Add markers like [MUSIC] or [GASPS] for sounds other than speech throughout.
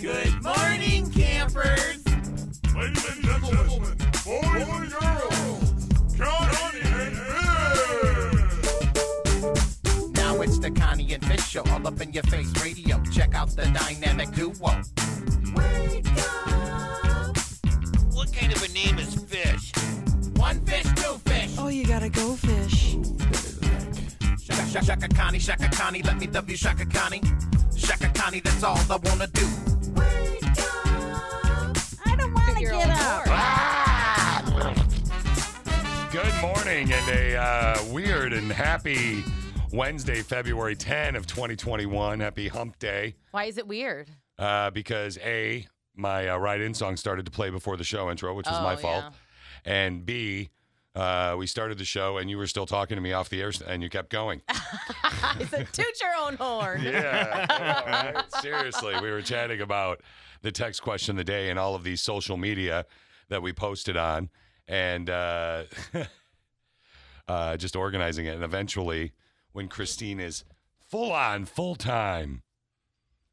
Good morning, campers. Ladies and gentlemen, boys and girls, Johnny and Bill! Now it's the Connie and Fish show, all up in your face radio. Check out the dynamic duo. What kind of a name is Fish? One fish, two fish. Oh, you gotta go fish. Shaka, shaka, shaka Connie, Shaka Connie, let me W Shaka Connie. Shaka Connie, that's all I wanna do. I don't want to You're get on up. Good morning and a uh, weird and happy Wednesday, February 10 of 2021. Happy hump day. Why is it [LAUGHS] weird? [LAUGHS] Uh, because A, my uh, write-in song started to play before the show intro, which was Oh, my yeah. fault. And B, uh, we started the show and you were still talking to me off the air and you kept going. I said, toot your own horn. [LAUGHS] Yeah. [LAUGHS] I know, right? Seriously, we were chatting about the text question of the day and all of these social media that we posted on and uh, [LAUGHS] uh, just organizing it. And eventually, when Christine is full on, full time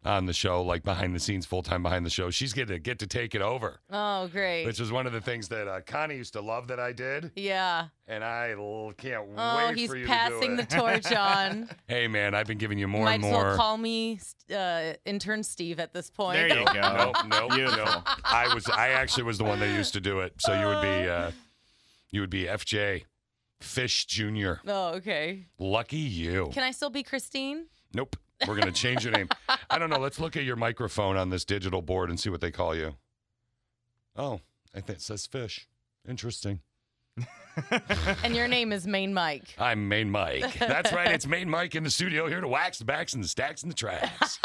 on the show, like behind the scenes, full time behind the show, she's going to get to take it over, Oh, great. which is one of the things that uh, Connie used to love that I did. yeah. And I l- can't Oh, wait he's for you passing to do the it. torch on. [LAUGHS] hey, man, I've been giving you more Might and as more. well call me uh, intern Steve at this point. There you go. [LAUGHS] Nope, nope, nope. I was I actually was the one that used to do it. So you would be uh, you would be FJ Fish Jr. Oh, okay. Lucky you. Can I still be Christine? [LAUGHS] Nope. We're gonna change your name. I don't know. Let's look at your microphone on this digital board and see what they call you. Oh, I think it says fish. [LAUGHS] Interesting. And your name is Main Mike. I'm Main Mike. That's right. It's Main Mike in the studio here to wax the backs and the stacks and the tracks.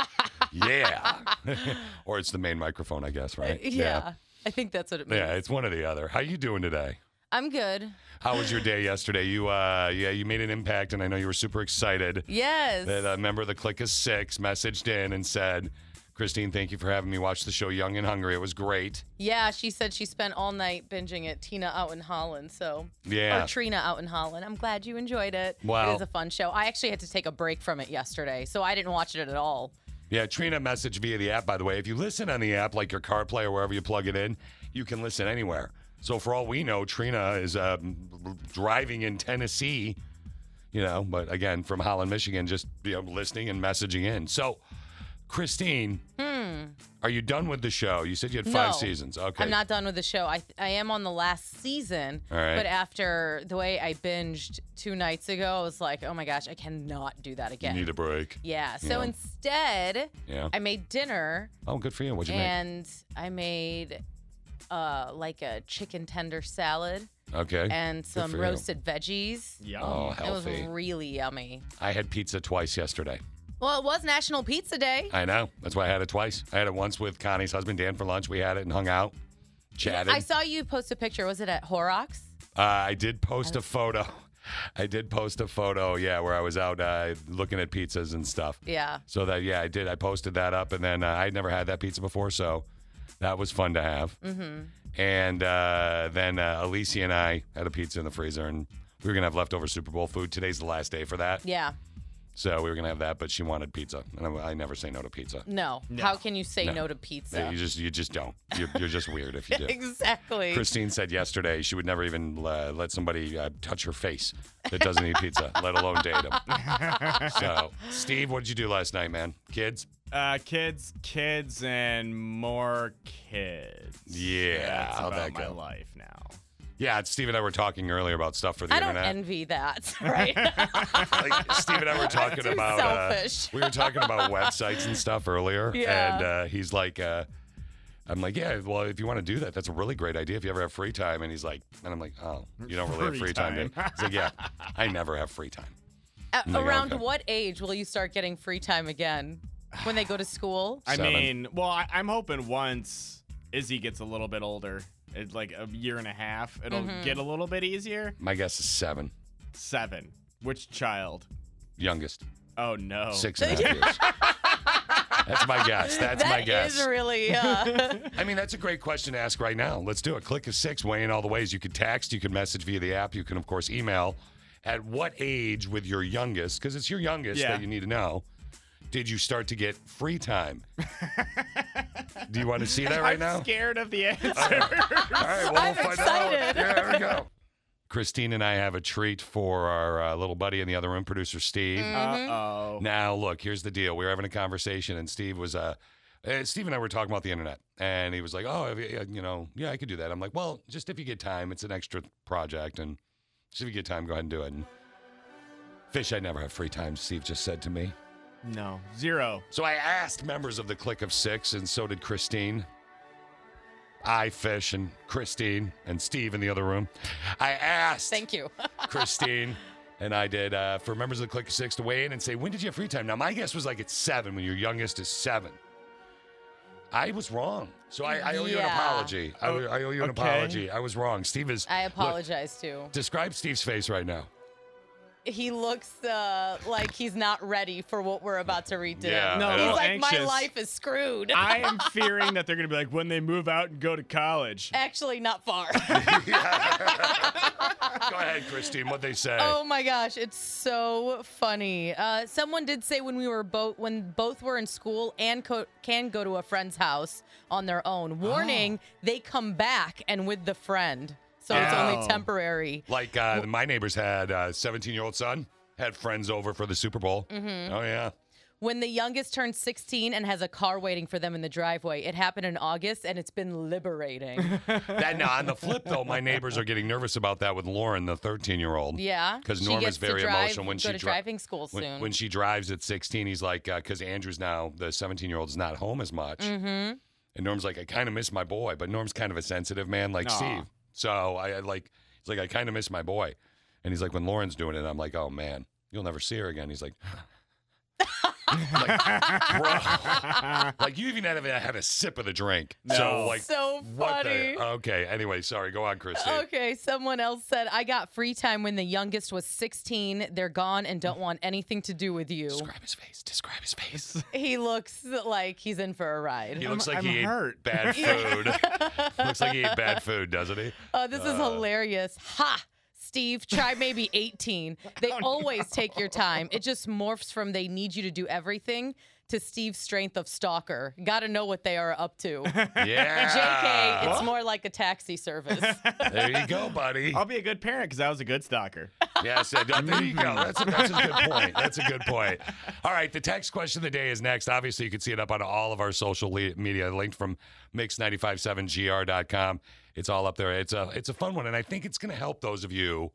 Yeah. [LAUGHS] [LAUGHS] or it's the main microphone, I guess, right? Uh, Yeah. I think that's what it means. Yeah, it's one or the other. How you doing today? I'm good. How was your day yesterday? You, uh, yeah, you made an impact, and I know you were super excited. Yes. That a member of the Click of Six messaged in and said, "Christine, thank you for having me watch the show Young and Hungry. It was great. yeah, she said she spent all night binging it. Tina out in Holland. So Yeah, or Trina out in Holland. I'm glad you enjoyed it. Wow. It is a fun show. I actually had to take a break from it yesterday, so I didn't watch it at all. yeah." Trina messaged via the app. By the way, if you listen on the app, like your CarPlay or wherever you plug it in, you can listen anywhere. So for all we know, Trina is um, driving in Tennessee. You know, but again, from Holland, Michigan, just you know, listening and messaging in. So, Christine. Are you done with the show? You said you had five Hmm. No. seasons. Okay. I'm not done with the show. I I am on the last season. All right. But after the way I binged two nights ago, I was like, oh my gosh, I cannot do that You again. need a break. yeah. So Yeah. instead, Yeah. I made dinner oh, good for you. What'd you and I made uh like a chicken tender salad make? Okay. and some for you. roasted veggies. Yeah. oh, It was healthy. really yummy. I had pizza twice yesterday. Well, it was National Pizza Day. I know. That's why I had it twice. I had it once with Connie's husband Dan for lunch. We had it and hung out, chatted. I saw you post a picture. Was it at Horrocks? Uh, I did post a photo. [LAUGHS] I did post a photo, yeah, where I was out uh, looking at pizzas and stuff. Yeah. So that, yeah, I did. I posted that up, and then uh, I'd never had that pizza before, so that was fun to have. Mm-hmm. And uh, then uh, Alicia and I had a pizza in the freezer, and we were gonna have leftover Super Bowl food. Today's the last day for that, Yeah. so we were gonna have that, but she wanted pizza, and I, I never say no to pizza. No. How can you say No. no, to pizza? You just, you just don't. You're, you're just weird if you do. [LAUGHS] exactly. Christine said yesterday she would never even uh, let somebody uh, touch her face that doesn't eat pizza, [LAUGHS] let alone date him. so, Steve, what did you do last night, man? Kids? Uh, kids, kids, and more kids. Yeah, That's how'd that about go? my life now. Yeah, Steve and I were talking earlier about stuff for the I don't internet. [LAUGHS] envy that, right? like, Steve and I [LAUGHS] were talking too about uh, selfish. we were talking about websites and stuff earlier, [LAUGHS] Yeah. and uh, he's like. Uh, I'm like, yeah, well, if you want to do that, that's a really great idea. If you ever have free time, and he's like, and I'm like, oh, you don't really have Free free time. do you?" time. He's like, [LAUGHS] yeah, I never have free time. A- my God, Around okay. what age will you start getting free time again? When they go to school? I Seven. mean, well, I, I'm hoping once Izzy gets a little bit older, it's like a year and a half, it'll Mm-hmm. get a little bit easier. My guess is seven, Seven. Which child? youngest. Oh [LAUGHS] no. [LAUGHS] Six and a half years. That's my guess. That's my That guess. is really. Uh, [LAUGHS] I mean, that's a great question to ask right now. Let's do it. Click a six, weigh in all the ways. You can text, you can message via the app, you can, of course, email. At what age with your youngest, because it's your youngest Yeah. that you need to know, did you start to get free time? do you want to see that right I'm now? scared of the answer. All right, well, we'll I'm find out. excited. Yeah, there we go. Christine and I have a treat for our uh, little buddy in the other room, producer Steve. Uh-oh. Now, look, here's the deal. We were having a conversation, and Steve was, uh, uh, Steve and I were talking about the internet, and he was like, "Oh, have you uh, you know, yeah, I could do that." I'm like, "Well, just if you get time, it's an extra project, and just if you get time, go ahead and do it." And fish, I never have free time. Steve just said to me. No. Zero. So I asked members of the Click of Six, and so did Christine. I, Fish, and Christine, and Steve in the other room. I asked thank you. [LAUGHS] Christine, and I did uh, for members of the Click of Six to weigh in and say, when did you have free time? Now, my guess was like it's seven when your youngest is seven. I was wrong. So I, I owe you an Yeah. apology. I, owe- I owe you an Okay. apology. I was wrong. Steve is. I look, apologize too. describe Steve's face right [LAUGHS] now. He looks uh, like he's not ready for what we're about to read to Yeah, him. No, I he's know. like, my anxious. life is screwed. I [LAUGHS] am fearing that they're gonna be like when they move out and go to college. Actually, not far. Go ahead, Christine. What they say? Oh my gosh, it's so funny. Uh, someone did say when we were both when both were in school and co- can go to a friend's house on their own. Warning: they come back and with the friend, so it's Oh. only temporary. Like uh, my neighbors had uh, 17 year old son had friends over for the Super Bowl. Mm-hmm. Oh yeah, When the youngest turns 16 and has a car waiting for them in the driveway, it happened in August and it's been liberating. that now on the flip though, my neighbors are getting nervous about that with Lauren, the 13 year old. Yeah, because she Norma's gets to very drive- emotional when go she to dri- driving school when- soon. When, she drives at 16, he's like, because Andrew's now the 17 year old is not home as much, mm-hmm. and Norm's like, I kind of miss my boy, but Norm's kind of a sensitive man like Aw. Steve, so I, I like, he's like, I kind of miss my boy, and he's like, when Lauren's doing it, I'm like, oh man, you'll never see her again. He's like. [LAUGHS] like, bro. like you even haven't had a sip of the drink. So No. like So what funny. the Okay, anyway, sorry, go on, Christine. Okay, someone else said, I got free time when the youngest was 16. They're gone and don't want anything to do with you. Describe his face. Describe his face. [LAUGHS] He looks like he's in for a He ride. looks like I'm he ate [LAUGHS] hurt. bad food. [LAUGHS] looks like he ate bad food, doesn't he? Uh, this is hilarious. Ha! Steve, try [LAUGHS] maybe 18. Oh, They always take your time. It just morphs from they need you to do everything to Steve's strength of stalker. Gotta know what they are up to. [LAUGHS] Yeah. JK, it's more like a taxi service. There you go, buddy. I'll be a good parent because I was a good stalker. [LAUGHS] Yes, I- there you go. That's a, that's a good point. That's a good point. All right, the text question of the day is next. Obviously, you can see it up on all of our social le- media, linked from mix957gr.com. It's all up there. It's a it's a fun one, and I think it's going to help those of you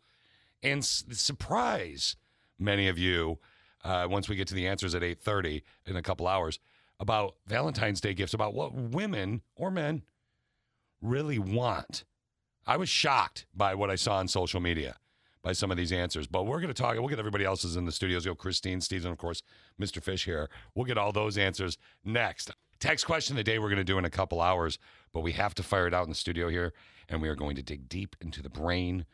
and s- surprise many of you uh, once we get to the answers at 8.30 in a couple hours about valentine's day gifts about what women or men really want i was shocked by what i saw on social media by some of these answers but we're going to talk we'll get everybody else's in the studios go christine steves and of course mr fish here we'll get all those answers next text question of the day we're going to do in a couple hours but we have to fire it out in the studio here and we are going to dig deep into the brain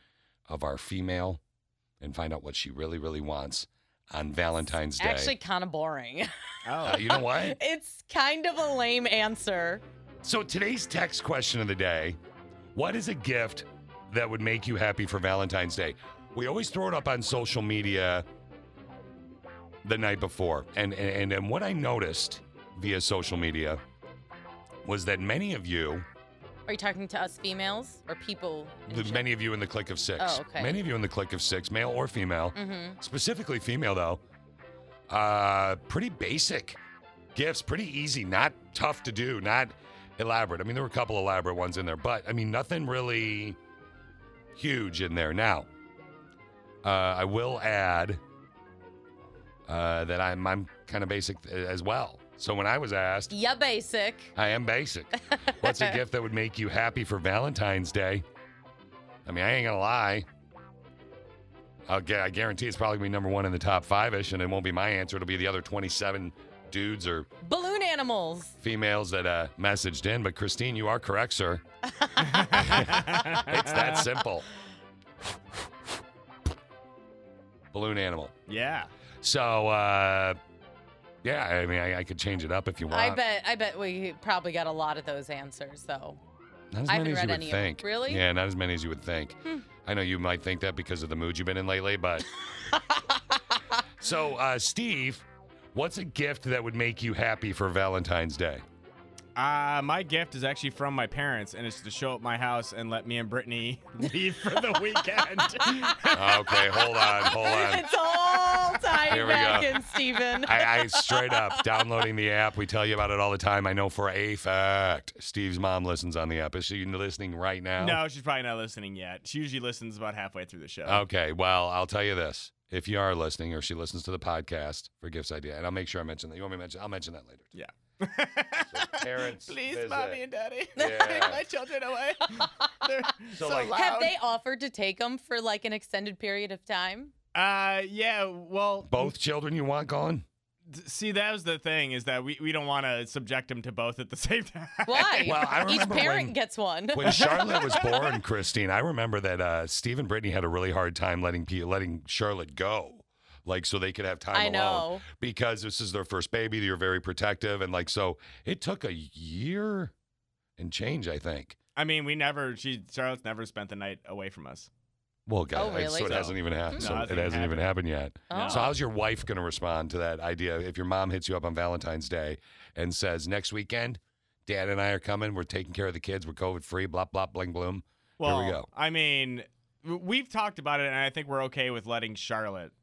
of our female and find out what she really, really wants on Valentine's Day. Actually, kind of boring. [LAUGHS] Oh. Uh, you know what? It's kind of a lame answer. So today's text question of the day: What is a gift that would make you happy for Valentine's Day? We always throw it up on social media the night before, and and and what I noticed via social media was that many of you, Are you talking to us females or people? the, many of you in the click of six, Oh, okay. many of you in the click of six, male or female, Mm-hmm. specifically female though uh pretty basic gifts pretty easy not tough to do not elaborate i mean there were a couple elaborate ones in there but i mean nothing really huge in there now uh i will add uh that i'm i'm kind of basic uh, as well so when i was asked Yeah, basic. i am basic what's a gift that would make you happy for valentine's day i mean i ain't gonna lie I'll gu- I guarantee it's probably gonna be number one in the top five ish, and it won't be my answer. It'll be the other 27 dudes or Balloon animals. females that uh, messaged in. But Christine, you are correct, sir. It's that simple. Balloon animal. Yeah. So uh, Yeah, I mean, I, I could change it up if you want. I bet. I bet we probably got a lot of those answers, though. Not as I many haven't as you read would any of them. think. Really? Hmm. Yeah, not as many as you would think. I know you might think that because of the mood you've been in lately, [LAUGHS] but. so, uh, Steve, what's a gift that would make you happy for Valentine's Day? Uh, my gift is actually from my parents, and it's to show up my house and let me and Brittany [LAUGHS] leave [LAUGHS] for the weekend. Okay, hold on, hold on. It's all Here tied we back go. in, Steven. [LAUGHS] I, I straight up downloading the app. We tell you about it all the time. I know for a fact Steve's mom listens on the app. Is she listening right now? no, she's probably not listening yet. She usually listens about halfway through the show. Okay, well, I'll tell you this. If you are listening or she listens to the podcast for Gifts Idea, and I'll make sure I mention that. You want me to mention? I'll mention that later. Yeah. parents [LAUGHS] Please, visit. mommy [LAUGHS] and daddy, Yeah. take my children away. They're so, So, like- loud. Have they offered to take them for like an extended period of time? Uh, yeah. Well, Both children you want gone? th- see, that was the thing is that we, we don't want to subject them to both at the [LAUGHS] same time. Why? [LAUGHS] Well, I Each remember parent when- gets [LAUGHS] one. When Charlotte was born, Christine, I remember that uh, Steve and Brittany had a really hard time letting pe- letting Charlotte go, like so they could have time I alone. know. Because this is their first baby, you're very protective, and like so, it took a year and change, I think. I mean, we never. She Charlotte's never spent the night away from us. Well, God, Oh, really? so it No. hasn't even happened. No, so it hasn't hasn't even happened yet. Oh. So how's your wife going to respond to that idea? If your mom hits you up on Valentine's Day and says next weekend, Dad and I are coming. We're taking care of the kids. We're COVID free. Blah blah bling bloom. Well, Here we [LAUGHS] go. I mean, w- we've talked about it, and I think we're okay with letting Charlotte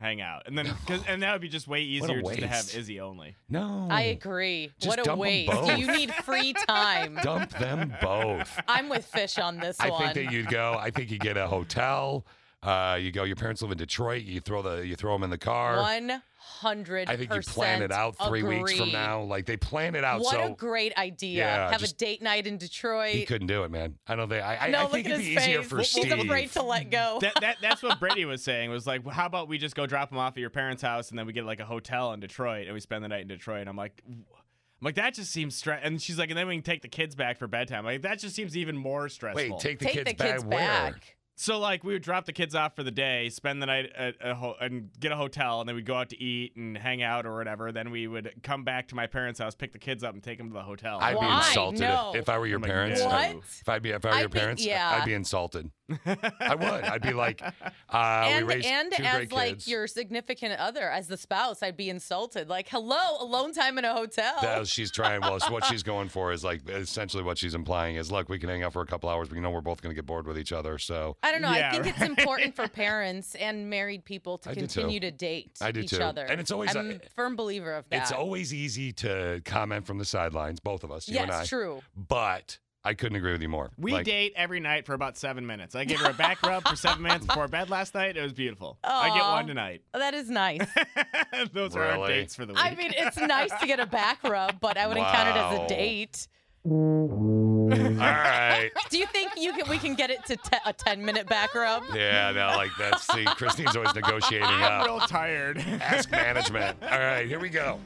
hang out, and then cause, and that would be just way What a easier just to have waste. Izzy only. No, I agree. Oh. Just what a dump 'em waste. both. You need [LAUGHS] free time. dump them both. I'm with Fish on this I one. think that you'd go. I think you get a hotel. Uh, you go. Your parents live in Detroit. You throw the you throw them in the car. One hundred. I think you plan it out three weeks from now. Like they plan it out. What so a great idea! Yeah, Have just- a date night in Detroit. he couldn't do it, man. I don't think. I, I- no, I look think at it'd his be face. easier for He's Steve. afraid to let go. That, that [LAUGHS] that's what Brady was saying was like, well, how about we just go drop him off at your parents' house, and then we get like a hotel in Detroit, and we spend the night in Detroit. I'm like. "W- I'm like that just seems stress, and she's like, and then we can take the kids back for bedtime. Like that just seems even more stressful. Wait, take the Take kids, the kids where? back. So like we would drop the kids off for the day, spend the night at a ho- and get a hotel, and then we'd go out to eat and hang out or whatever. Then we would come back to my parents' house, pick the kids up, and take them to the hotel. I'd be Oh. Why? insulted if- No. if, I were your Oh my parents. God. What? I'd If I'd be if I were your I'd be- parents, I- yeah. I'd be insulted. I would. I'd be [LAUGHS] like, uh, and we raised and two as great like kids. your significant other, as the spouse, I'd be insulted. Like, hello, alone time in a hotel. That she's trying. Well, so what [LAUGHS] she's going for is like essentially what she's implying is, look, we can hang out for a couple hours, but you know we're both going to get bored with each other. So I don't know. I Yeah, think it's right. important [LAUGHS] for parents and married people to I do too. continue to date I do each too. other. And it's always- I'm a firm believer of that. it's always easy to comment from the sidelines, both of us, you yes, and I. true. But I couldn't agree with you more. we Like, date every night for about seven minutes. I gave her a back rub for [LAUGHS] seven minutes before bed last night. It was beautiful. I get Aw. one tonight. That is nice. [LAUGHS] Those are our Really? dates for the week. I mean, it's nice to get a back rub, but I wouldn't count it as a Wow. date. [LAUGHS] All right. Do you think you can, we can get it to te- a 10 minute back rub? Yeah. No, like that's see, Christine's always negotiating I'm up. real tired. Ask management. All right, here we go.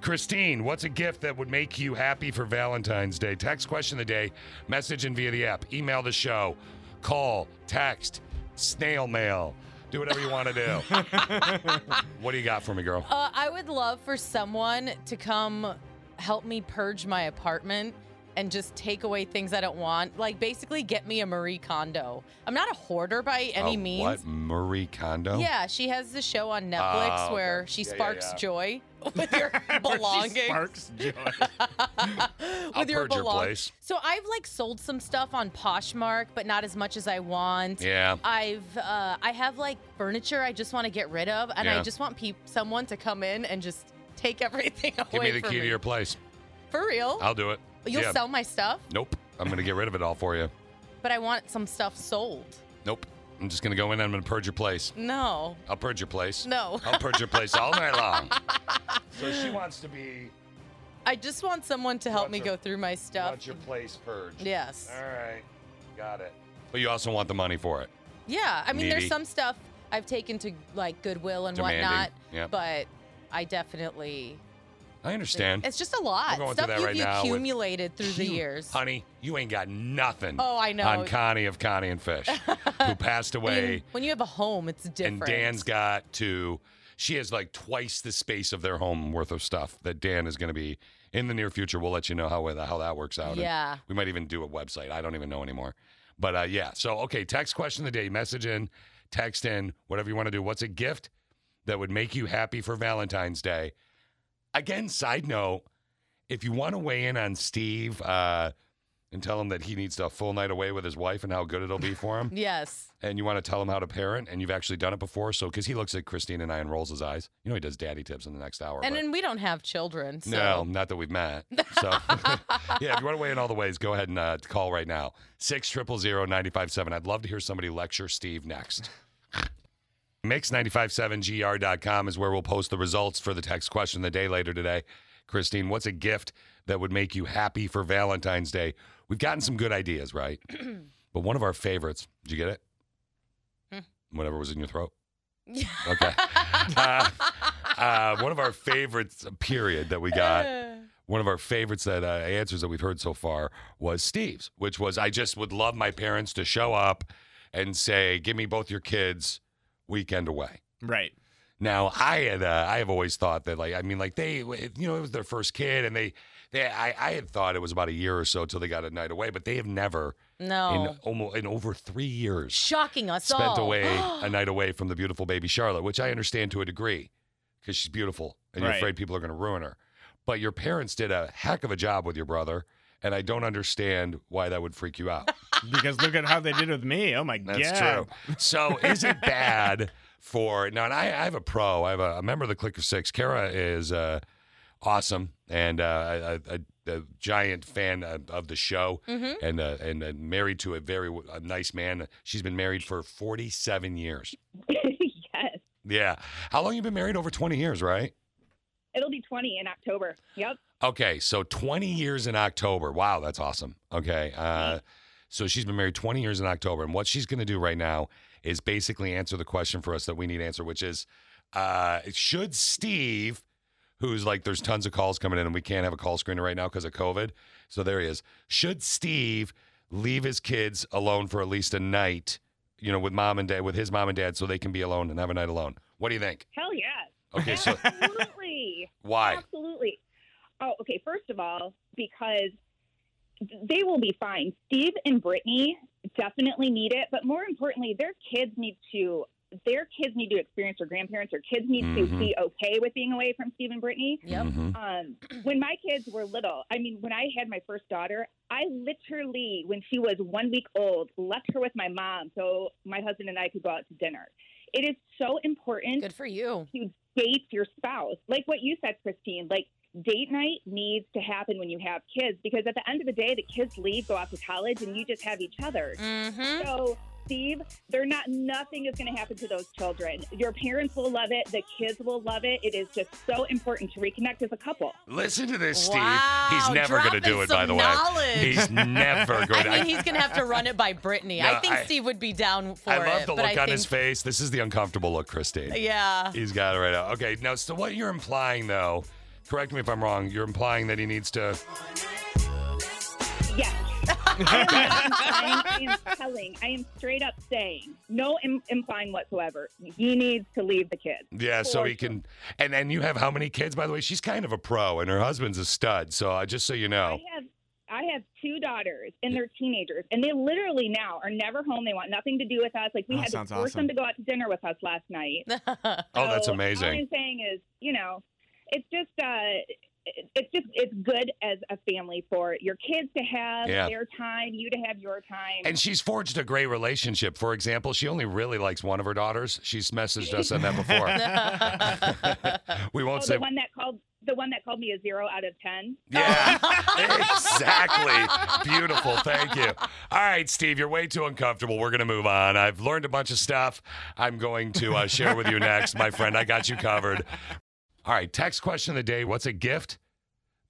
Christine, what's a gift that would make you happy for Valentine's Day? Text question of the day, message in via the app, email the show, call, text, snail mail. Do whatever you want to do. what do you got for me, girl? Uh, I would love for someone to come help me purge my apartment and just take away things I don't want. Like, basically, get me a Marie Kondo. I'm not a hoarder by any Uh, means. What? Marie Kondo? Yeah, she has the show on Oh, Netflix okay. where she Yeah, yeah, sparks yeah. joy [LAUGHS] [LAUGHS] with your belongings. Sparks joy. [LAUGHS] with I'll your purge your belong- place. So I've like sold some stuff on Poshmark, but not as much as I want. Yeah. I've uh, I have like furniture I just want to get rid of, and Yeah. I just want peop- someone to come in and just take everything [LAUGHS] away. Give me the from key to your place. For real? I'll do it. You'll Yeah. sell my stuff, Nope. I'm going to get rid of it all for you. but I want some stuff sold. Nope. I'm just going to go in and I'm going to purge your place. No, I'll purge your place. Mm. no. I'll purge your place all night [LAUGHS] long. So she wants to be I just want someone to help Wants me your- go through my stuff. wants your place purged. Yes. All right. Got it. But you also want the money for it. Yeah, I mean, Needy. there's some stuff I've taken to like Goodwill and Demanding, whatnot, yeah. but I definitely. I understand. It's just a lot. We're going through stuff that you've right now with accumulated through the You- years. Honey, you ain't got nothing. Oh, I know. On Connie of Connie [LAUGHS] and Fish, who passed I mean, away. when you have a home, it's different. And Dan's got to She has like twice the space of their home worth of stuff that Dan is going to be in the near future. We'll let you know how how that works out. and Yeah. we might even do a website. I don't even know anymore. But uh, yeah. So okay, text question of the day. Message in, text in, whatever you want to do. What's a gift that would make you happy for Valentine's Day? Again, side note, if you want to weigh in on Steve uh, and tell him that he needs a full night away with his wife and how good it'll be [LAUGHS] for him, Yes. and you want to tell him how to parent and you've actually done it before so because he looks at christine and i and rolls his eyes you know he does daddy tips in the next hour And but- then we don't have children. So. no not that we've [LAUGHS] met so [LAUGHS] yeah if you want to weigh in all the ways go ahead and uh, call right now 6000957 i'd love to hear somebody lecture steve [LAUGHS] next mix957gr.com is where we'll post the results for the text question of the day later today christine what's a gift that would make you happy for valentine's day we've gotten some good ideas [CLEARS THROAT] right but one of our favorites did you get it whatever was in your throat okay uh, uh, one of our favorites period that we got one of our favorites that uh, answers that we've heard so far was Steve's, which was I just would love my parents to show up and say, "Give me both your kids weekend away." Right. Now, I had uh, I have always thought that like I mean like they you know it was their first kid and they they I, I had thought it was about a year or so till they got a night away, but they have never no. in almost in over 3 years Shocking us all. spent away a night away from the beautiful baby Charlotte, which I understand to a degree because she's beautiful and you're Right. afraid people are going to ruin her. But your parents did a heck of a job with your brother, and I don't understand why that would freak you out. Because look at how they did with me. Oh my god. That's true. So is it bad for now? And I, I have a pro. I have a, a member of the Click of Six. Kara is uh, awesome and uh, a, a, a giant fan of, of the show, and uh, and uh, married to a very w- a nice man. She's been married for forty seven years. [LAUGHS] yes. Yeah. How long you been married? Over 20 years, right? It'll be 20 in October. Yep. Okay, so 20 years in October. Wow, that's awesome. Okay. Uh, so she's been married 20 years in October. And what she's going to do right now is basically answer the question for us that we need to answer, which is uh, should Steve, who's like, there's tons of calls coming in and we can't have a call screener right now because of COVID. So there he is. Should Steve leave his kids alone for at least a night, you know, with mom and dad, with his mom and dad, so they can be alone and have a night alone? What do you think? Hell yes. [LAUGHS] Okay, so Absolutely. why? Absolutely. Oh, okay. First of all, because they will be fine. Steve and Brittany definitely need it, but more importantly, their kids need to their kids need to experience their grandparents. Their kids need Mhm. to be okay with being away from Steve and Brittany. Yep. Mhm. Um, when my kids were little, I mean, when I had my first daughter, I literally, when she was one week old, left her with my mom so my husband and I could go out to dinner. It is so important Good for you. to date your spouse. Like what you said, Christine, like date night needs to happen when you have kids because at the end of the day, the kids leave, go off to college, and you just have each other. Mm-hmm. So, Steve, they're not, nothing is going to happen to those children. Your parents will love it. The kids will love it. It is just so important to reconnect as a couple. Listen to this, Steve. Wow, he's never going to dropping do it, some by the knowledge. way. He's never going to. I mean, he's gonna have to run it by Brittany. I No, think I- Steve would be down for I love it. the but look I on his think- face. This is the uncomfortable look, Christine. Yeah. He's got it right out. Okay, now, so what you're implying, though, correct me if I'm wrong, you're implying that he needs to. Yes. I am, I am telling. I am straight up saying no Im- implying whatsoever. He needs to leave the kids. Yeah, so For he can. And then you have how many kids, by the way? She's kind of a pro, and her husband's a stud. So uh, just so you know. I have I have two daughters and they're teenagers and they literally now are never home. They want nothing to do with us. Like we Oh, had to sounds force awesome. them to go out to dinner with us last night. Oh, that's So All amazing. I'm saying is, you know, it's just uh it- it's just it's good as a family for your kids to have Yeah. their time, you to have your time. And [LAUGHS] she's forged a great relationship. For example, she only really likes one of her daughters. She's messaged us on that [LAUGHS] before. we oh, won't say the one that called the one that called me a zero out of ten. Yeah, exactly. Beautiful. Thank you. All right, Steve, you're way too uncomfortable. We're going to move on. I've learned a bunch of stuff I'm going to uh, share with you next, my friend. I got you covered. All right, text question of the day What's a gift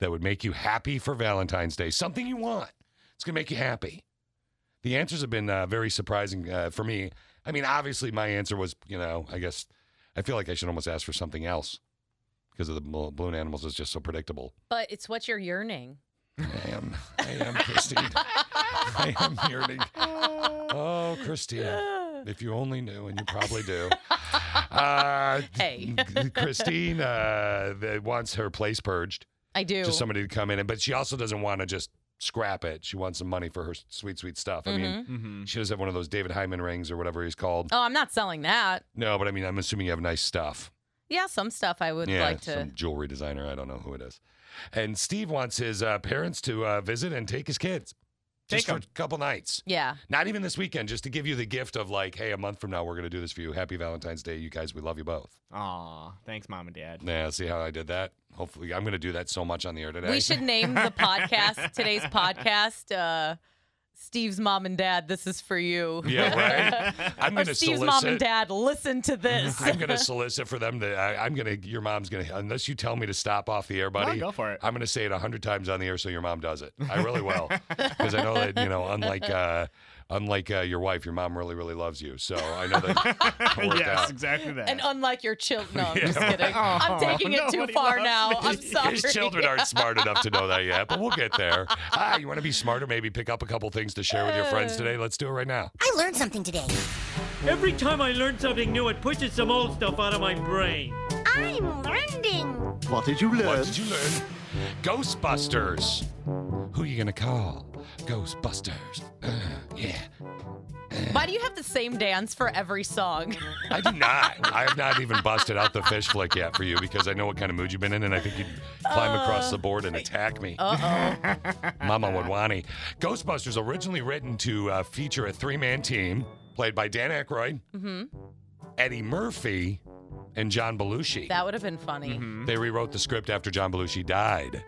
that would make you happy for Valentine's Day? Something you want. It's going to make you happy. The answers have been uh, very surprising uh, for me. I mean, obviously, my answer was, you know, I guess I feel like I should almost ask for something else because of the bal- balloon animals is just so predictable. but it's what you're yearning. I am. I am [LAUGHS] Christine. [LAUGHS] I am Oh, yearning. Oh, Christine. If you only knew, and you probably do. [LAUGHS] Uh, [LAUGHS] [LAUGHS] Hey. Christine uh, that wants her place purged, I do. just somebody to come in, and but she also doesn't want to just scrap it. She wants some money for her sweet, sweet stuff. I mean, Mhm. Mm-hmm. she does have one of those David Hyman rings or whatever he's called. Oh, I'm not selling that. No, but I mean, I'm assuming you have nice stuff. Yeah, some stuff I would yeah, like to. some jewelry designer. I don't know who it is. And Steve wants his uh, parents to uh, visit and take his kids, Take just for 'em. a couple nights. Yeah. Not even this weekend, just to give you the gift of like, hey, a month from now we're gonna do this for you. Happy Valentine's Day, you guys. We love you both. Aw, thanks, mom and dad. Yeah, see how I did that. Hopefully, I'm gonna do that so much on the air today. We should [LAUGHS] name the podcast, today's podcast, uh, Steve's Mom and Dad, This Is For You. Yeah, [LAUGHS] right. I'm or gonna Steve's solicit. Mom and Dad, Listen to This. I'm [LAUGHS] gonna solicit for them to. I, I'm gonna. Your mom's gonna. Unless you tell me to stop off the air, buddy. No, go for it. I'm gonna say it a hundred times on the air so your mom does it. I really [LAUGHS] will, because I know that you know, unlike uh, unlike uh, your wife, your mom really really loves you. So I know that. it worked [LAUGHS] yes, out. exactly that. and unlike your children, no, I'm just Yeah. kidding. I'm taking it too nobody far loves now. me. I'm [LAUGHS] sorry. His children [LAUGHS] aren't smart enough to know that yet, but we'll get there. Ah, you want to be smarter? Maybe pick up a couple things to share with your Uh. friends today. Let's do it right now. I learned something today. Every time I learn something new, it pushes some old stuff out of my brain. I'm learning. What did you learn? Ghostbusters. Who you gonna call? Ghostbusters. Uh, [LAUGHS] yeah. Why do you have the same dance for every song? [LAUGHS] I do not. I have not even busted out the fish flick yet for you because I know what kind of mood you've been in, and I think you'd climb across the board and attack me. Uh oh. [LAUGHS] Mama would want it. Ghostbusters originally written to uh, feature a three-man team played by Dan Aykroyd, hmm Eddie Murphy, and John Belushi. That would have been funny. They rewrote the script after John Belushi died.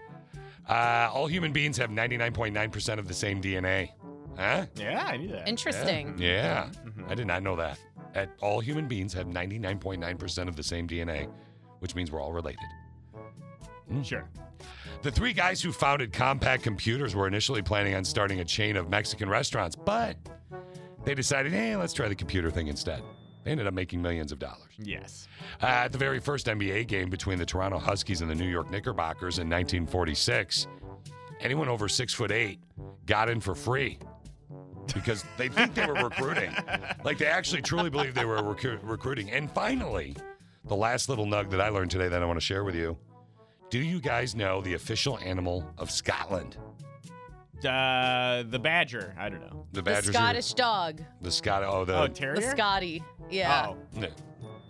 Uh, all human beings have 99.9% of the same DNA. Huh? yeah, I knew that. Interesting. Yeah. Mhm. I did not know that. At all human beings have 99.9% of the same DNA, which means we're all related. Sure. Mm, The three guys who founded Compact Computers were initially planning on starting a chain of Mexican restaurants, but they decided, hey, let's try the computer thing instead. They ended up making millions of dollars. Yes. Uh, at the very first NBA game between the Toronto Huskies and the New York Knickerbockers in 1946, anyone over six foot eight got in for free because they think they were recruiting. Like they actually truly believe they were recru- recruiting. And finally, the last little nug that I learned today that I want to share with you. Do you guys know the official animal of Scotland? Uh, the badger. I don't know. The The Badgers. Scottish dog. Are, the Scot. Oh, the. oh, The terrier. Scotty. Yeah. Oh, No.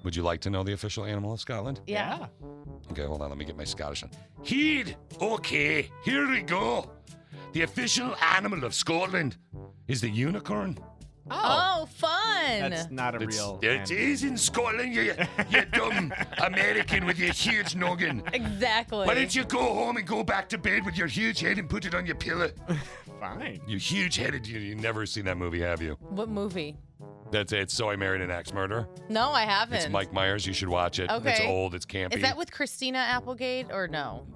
Would you like to know the official animal of Scotland? yeah. yeah. Okay, hold on. Let me get my Scottish on. Heed. Okay, here we go. The official animal of Scotland is the unicorn. Oh, fun. That's not a It's, real. it animal. is in Scotland, you, you dumb American with your huge noggin. exactly. Why don't you go home and go back to bed with your huge head and put it on your pillow? [LAUGHS] Fine. You huge headed, you, you've never seen that movie, have you? what movie? That's it. So I Married an Axe Murderer. No, I haven't. It's Mike Myers. You should watch it. It's Okay. old, it's campy. Is that with Christina Applegate or no?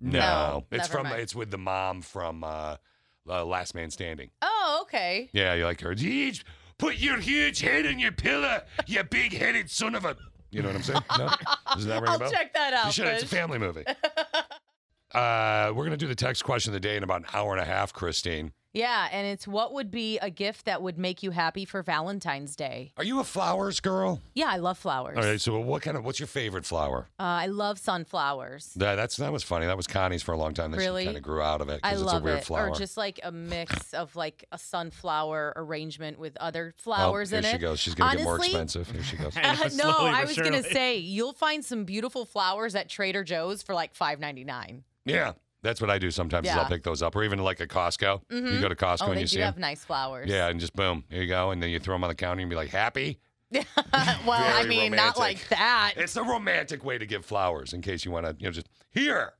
no, No, it's never from mind. it's with the mom from uh, uh, Last Man Standing. Oh, okay. Yeah, you like her. Huge, put your huge head on your pillow, [LAUGHS] you big headed son of a. You know what I'm saying? No? Does that ring I'll a bell? check that out. You should. It's a Fish. family [LAUGHS] movie. uh, we're going to do the text question of the day in about an hour and a half, Christine. yeah, and it's what would be a gift that would make you happy for Valentine's Day? Are you a flowers girl? Yeah, I love flowers. All right. So, what kind of, what's your favorite flower? Uh, I love sunflowers. That, that's, that was funny. That was Connie's for a long time. Then Really? she kind of grew out of it I because it's a love weird it. flower. Or just like [LAUGHS] a mix of like a sunflower arrangement with other Oh, flowers here in she it. goes. She's going to get more Honestly- [LAUGHS] expensive. Here she [LAUGHS] goes. I know, Uh, no, slowly I but was gonna surely. say you'll find some beautiful flowers at Trader Joe's for like five ninety nine. yeah. That's what I do sometimes is I'll Yeah. pick those up. Or even like a Costco. You Mhm. go to Costco Oh, and they you see do 'em. have nice flowers. [LAUGHS] Yeah, and just boom, there you go, and then you throw them on the counter and be like, "Happy." well, I Very mean, not romantic. like [LAUGHS] that. It's a romantic way to give flowers, in case you want to, you know, just [LAUGHS] here.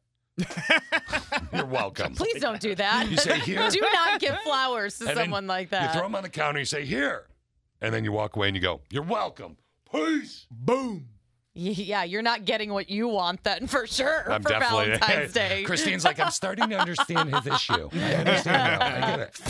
You're welcome. Please don't do that. You say here. [LAUGHS] do not give flowers to And then someone like You that. throw them on the counter. You say here, and then you walk away and you go, "You're welcome." Peace. Boom. Y- yeah, you're not getting what you want then for sure [LAUGHS] for Valentine's Day. Christine's like, I'm starting to understand his [LAUGHS] issue. I understand now. I get it.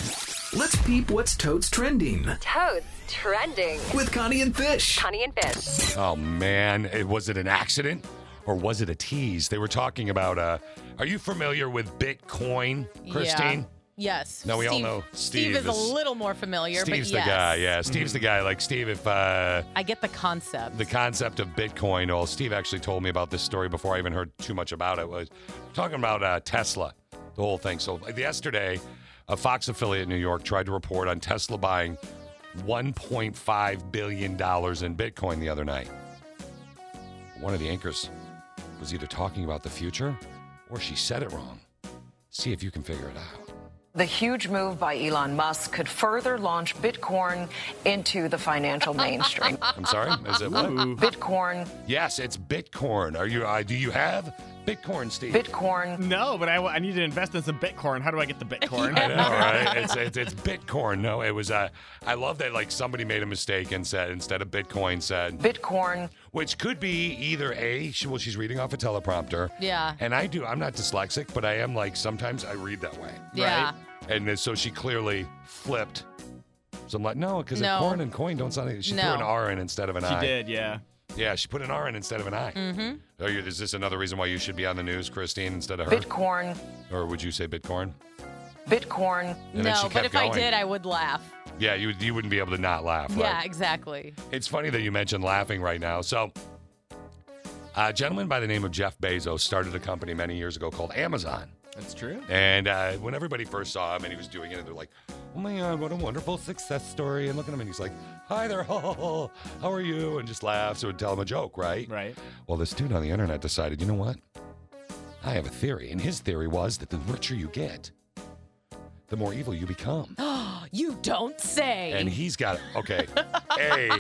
Let's peep what's toads trending Toads trending. with Connie and Fish. Connie and Fish. Oh man, it, was it an accident or was it a tease? They were talking about. Uh, are you familiar with Bitcoin, Yeah. Christine? Yes. Now we all Steve- know Steve, Steve is- is, a little more familiar, Steve's but yes. Mm-hmm. the guy. Yeah, Steve's the guy. Like Steve, if uh, I get the concept. the concept of Bitcoin, well, Steve actually told me about this story before I even heard too much about it. Was talking about uh, Tesla, the whole thing. So like, yesterday, a Fox affiliate in New York tried to report on Tesla buying 1.5 billion dollars in Bitcoin the other night. One of the anchors was either talking about the future or she said it wrong. See if you can figure it out. The huge move by Elon Musk could further launch Bitcoin into [LAUGHS] the financial mainstream. I'm sorry? Is it what? Ooh. Bitcoin. Yes, it's Bitcoin. Are you? Uh, do you have Bitcoin, Steve? Bitcoin. No, but I, wa- I need to invest in some Bitcoin. How do I get the [LAUGHS] Bitcoin? I know, [LAUGHS] right? It's, it's, it's Bitcoin. No, it was. Uh, I love that. Like somebody made a mistake and said instead of Bitcoin, said Bitcoin, which could be either a. She, well, she's reading off a teleprompter. Yeah. And I do. I'm not dyslexic, but I am like sometimes I read that way. Yeah. Right. And then- so she clearly flipped. So I'm like, no, because No. corn and coin don't sound. She No. threw an R in instead of an She I. did, yeah. Yeah, she put an R in instead of an I. Mm-hmm. Are you, is this another reason why you should be on the news, Christine, instead of her? Bitcoin, Or would you say Bitcoin? Bitcoin. And then she no, but kept if I going. did, I would laugh. Yeah, you, you wouldn't be able to not laugh. Yeah, Right? exactly. [GASPS] It's funny that you mentioned laughing right now. So, a gentleman by the name of Jeff Bezos started a company many years ago called Amazon. That's true. And uh, when everybody first saw him and he was doing it, they're like, oh my God, what a wonderful success story. And look at him and he's like, hi there, [LAUGHS] how are you? And just laughs or would "Ah," tell him a joke, right? Right. Well, this dude on the internet decided, you know what? I have a theory. And his theory was that the richer you get, the more evil you become. you don't say. And he's got, okay, A,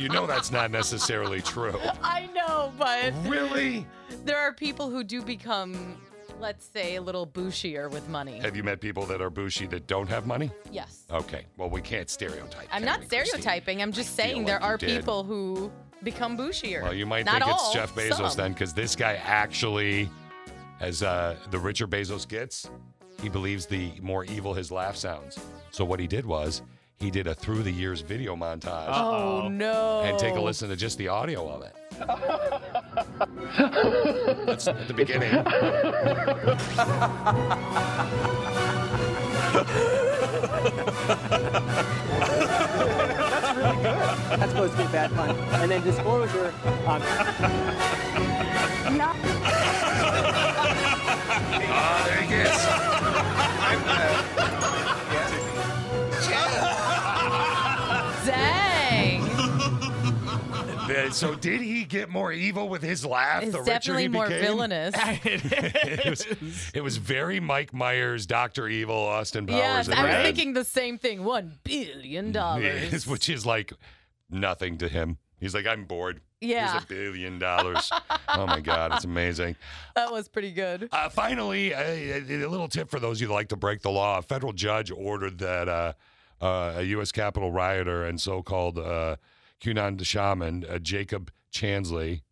you know that's not necessarily true. [LAUGHS] I know, but Really? there are people who do become, let's say, a little bushier with money. Have you met people that are bushy that don't have money? Yes. Okay. Well, we can't stereotype. I'm can not we, Christine? stereotyping. I'm just saying like there you are did. people who become bushier. Well, you might Not think all, it's Jeff Bezos some. then, because this guy actually, as uh, the richer Bezos gets, he believes the more evil his laugh sounds. So what he did was he did a through the years video montage. Oh, no. And take a [LAUGHS] listen to just the audio of it. That's at the beginning. [LAUGHS] That's supposed to be a bad pun. And then disclosure. Um... Ah, there he gets. Dang. Then- so did he get more evil with his laugh? It's the richer definitely he more became? [LAUGHS] villainous. it, was, it was very Mike Myers, Doctor Evil, Austin Powers. yes, in I was red. thinking the same thing. One billion dollars. [LAUGHS] Yes, which is like nothing to him. He's like, I'm bored. Yeah. Here's a billion dollars. oh my God, it's [LAUGHS] amazing. That was pretty good. Uh, finally, a, a- a little tip for those of you that like to break the law. A federal judge ordered that uh, uh, a U.S. Capitol rioter and so called uh, QAnon shaman, uh, Jacob Chansley,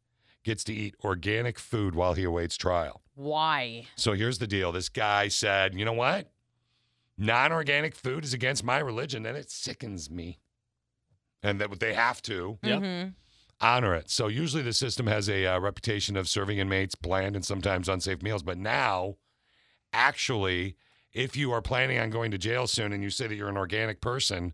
gets to eat organic food while he awaits trial. Why? So here's the deal this guy said, you know what? Non organic food is against my religion and it sickens me. And that they have to Mhm. honor it. So usually the system has a uh, reputation of serving inmates bland and sometimes unsafe meals. But now, actually, if you are planning on going to jail soon and you say that you're an organic person,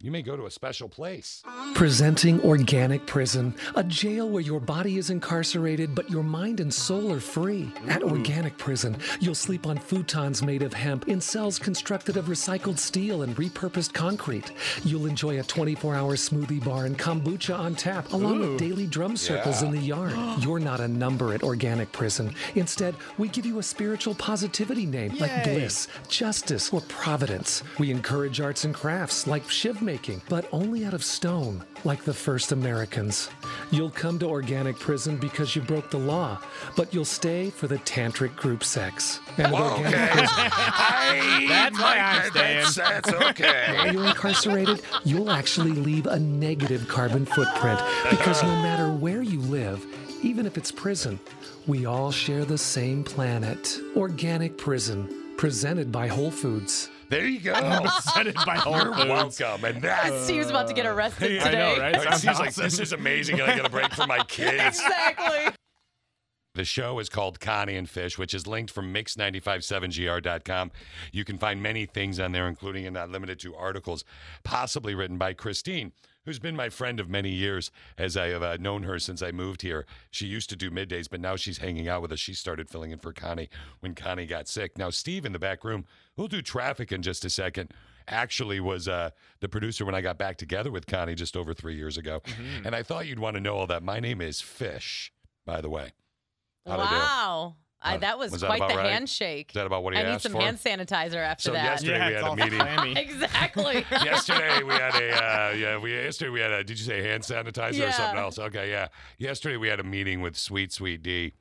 you may go to a special place. Presenting Organic Prison, a jail where your body is incarcerated, but your mind and soul are free. At Organic Prison, you'll sleep on futons made of hemp in cells constructed of recycled steel and repurposed concrete. You'll enjoy a 24 hour smoothie bar and kombucha on tap, along Ooh. with daily drum circles Yeah. in the yard. You're not a number at Organic Prison. Instead, we give you a spiritual positivity name like Yay. Bliss justice, or providence. We encourage arts and crafts like shiv making, but only out of stone, like the first Americans. You'll come to organic prison because you broke the law, but you'll stay for the tantric group sex. And with Whoa, Oh, organic Oh, okay. prison, I That's why like I'm that. staying. That's, that's [LAUGHS] while okay. you're incarcerated, you'll actually leave a negative carbon footprint because no matter where you live, even if it's prison, we all share the same planet. Organic prison, presented by Whole Foods. There you [LAUGHS] [LAUGHS] go. Presented by Whole You're Foods. welcome. And that [LAUGHS] Steve's about to Uh, get arrested [LAUGHS] Yeah, today. I know, right? It seems like this is amazing, and I got a break for my kids. exactly. The show is called Connie and Fish, which is linked from mix957gr.com. You can find many things on there, including and not limited to articles possibly written by Christine, who's been my friend of many years as I have uh, known her since I moved here. She used to do middays, but now she's hanging out with us. She started filling in for Connie when Connie got sick. Now, Steve in the back room, who'll do traffic in just a second, actually was uh, the producer when I got back together with Connie just over three years ago. And I thought you'd want to know all that. My name is Fish, by the way. How'd I do? Wow. I, How'd- that Uh, was, was that quite about the right? handshake. Is that about Oh, what he I need asked some for? hand sanitizer after So that. yesterday we had a [LAUGHS] meeting. exactly. [LAUGHS] yesterday we had a uh, yeah we yesterday we had a did you say hand sanitizer or something Yeah. else okay yeah yesterday we had a meeting with sweet sweet d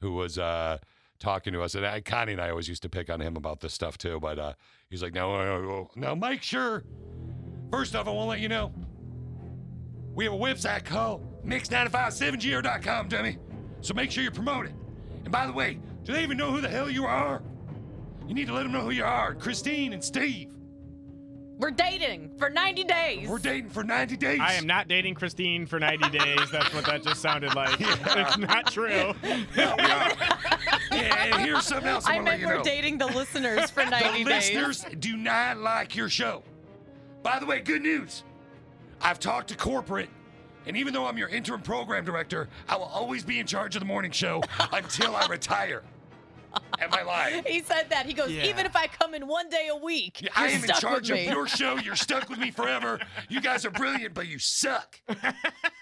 who was uh talking to us and I, connie and i always used to pick on him about this stuff too but uh he's like no no, no no make sure first off i want to let you know we have a website called mix957gr.com dummy so make sure you promote it and by the way do they even know who the hell you are you need to let them know who you are christine and steve We're dating for 90 days. We're dating for 90 days. I am not dating Christine for [LAUGHS] 90 days. That's what that just sounded like. [LAUGHS] It's not [LAUGHS] true. Yeah, and here's something else I, I want to let meant you we're know. dating the listeners for [LAUGHS] 90 the days. listeners do not like your show. By the way, good news. I've talked to corporate, and even though I'm your interim program director, I will always be in charge of the morning [LAUGHS] show until I retire. Am I lying? He said that. He goes, Yeah. even if I come in one day a week, I you're am in stuck charge with of me." your show. You're stuck with me forever. You guys are brilliant, but you suck.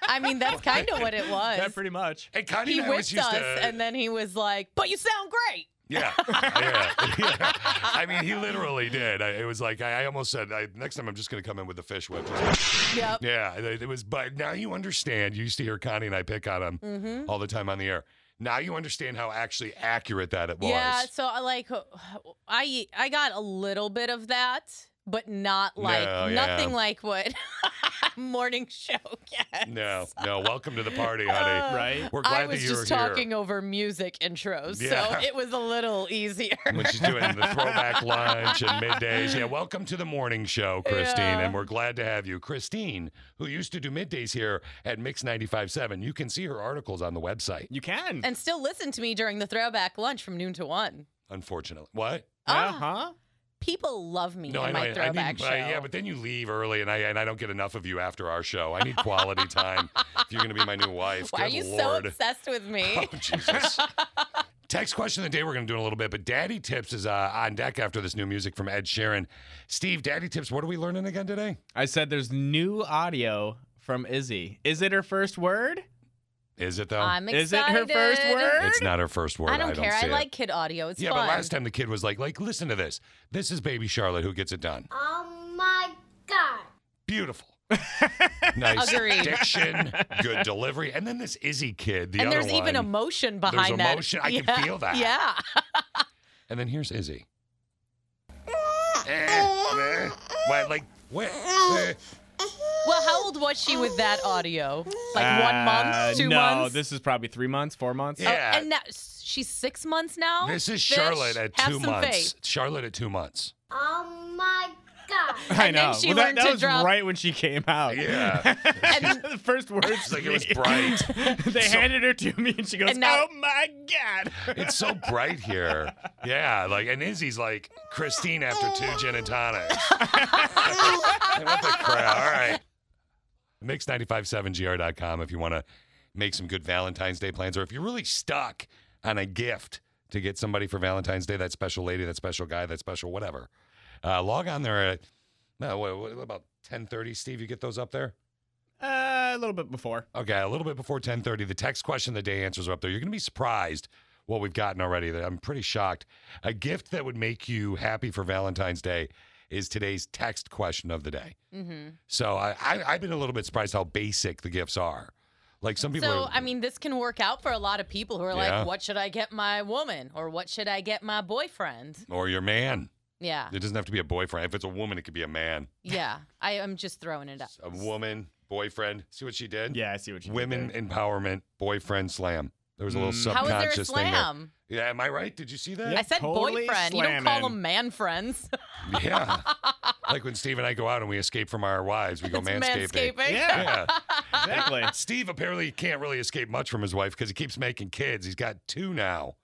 I [LAUGHS] mean, that's kind of what [LAUGHS] it was. pretty much. And Connie he and I was whipped used us, to. and then he was like, "But you sound great." Yeah, yeah, [LAUGHS] yeah. I mean, he literally did. I, it was like I, I almost said, I, "Next time, I'm just going to come in with the fish whip." Yep. Yeah, it, it was. But now you understand. You used to hear Connie and I pick on him Mhm. all the time on the air. Now you understand how actually accurate that it was. Yeah. So I like, uh, I I got a little bit of that, but not like No, yeah. nothing like what [LAUGHS] morning show gets. No, no. Welcome to the party, honey. Uh, We're glad I was that you just were here. talking over music intros, Yeah. so [LAUGHS] it was a little easier. when she's [LAUGHS] doing the throwback lunch and middays. Yeah, welcome to the morning show, Christine. Yeah. And we're glad to have you. Christine, who used to do middays here at Mix 95.7, you can see her articles on the website. You can. and still listen to me during the throwback lunch from noon to one. Unfortunately. What? Ah, huh? People love me in my Uh-huh. I throwback need, show. uh, yeah, but then you leave early, and I and I don't get enough of you after our show. I need [LAUGHS] quality time. if you're gonna be my new wife, Why are good you so lord. obsessed with me? [LAUGHS] Oh, Jesus. Text question of the day we're going to do in a little bit, but Daddy Tips is uh, on deck after this new music from Ed Sheeran. Steve, Daddy Tips, what are we learning again today? I said there's new audio from Izzy. Is it her first word? Is it though? [LAUGHS] I'm Is it her first excited. word? It's not her first word. I don't care. I, see it. like kid audio. It's yeah, fun. but last time the kid was like, like, listen to this. This is baby Charlotte who gets it done. Oh my god. Beautiful. [LAUGHS] nice Agreed. [LAUGHS] diction, good delivery, and then this Izzy kid. The and other there's even one. emotion There's behind that. emotion. I can Yeah, feel that. Yeah. And then here's [LAUGHS] Izzy. Eh, what, like, what? [LAUGHS] eh. Well, how old was she with that audio? Like one Uh, month, two no, months. this is probably three months, four months. Oh, Yeah. and now she's six months now. This is Fish, Charlotte at have two some months. faith. Charlotte at two months. Oh my [LAUGHS] god. I And know. then she well, that, learned that to was drop- right when she came out. [LAUGHS] Yeah. the first words. It's like it was bright. [LAUGHS] they handed her to me, and she goes, And now- "Oh my god!" It's [LAUGHS] so bright here. Yeah, like, and Izzy's like Christine after two gin and tonics. what the crap? All right. Mix957gr.com if you want to make some good Valentine's Day plans or if you're really stuck on a gift to get somebody for Valentine's Day, that special lady, that special guy, that special whatever. Uh, log on there at, no, what, what about 10.30, Steve? You get those up there? Uh, a little bit before. Okay, a little bit before 10:30, the text question of the day answers are up there. You're going to be surprised what we've gotten already. I'm pretty shocked. A gift that would make you happy for Valentine's Day is today's text question of the day. Mm-hmm. So I, I I've been a little bit surprised how basic the gifts are. Like some people, So are, I mean, this can work out for a lot of people who are Yeah. like, "What should I get my woman?" or "What should I get my boyfriend?" or your man. Yeah, It doesn't have to be a boyfriend. If it's a woman, it could be a man, yeah. I am just throwing it up. a woman, boyfriend. See what she did? Yeah, I see what you did Women there. empowerment, boyfriend slam. There was a little Mm. How is subconscious there a thing. there. slam? Yeah, am I right? Did you see that? Yeah, I said totally boyfriend. You don't call [LAUGHS] slamming. them man friends. Yeah. like when Steve and I go out and we escape from our wives, we go manscaping. manscaping. Yeah. Yeah. exactly. Steve apparently can't really escape much from his wife because he keeps making kids. He's got two now.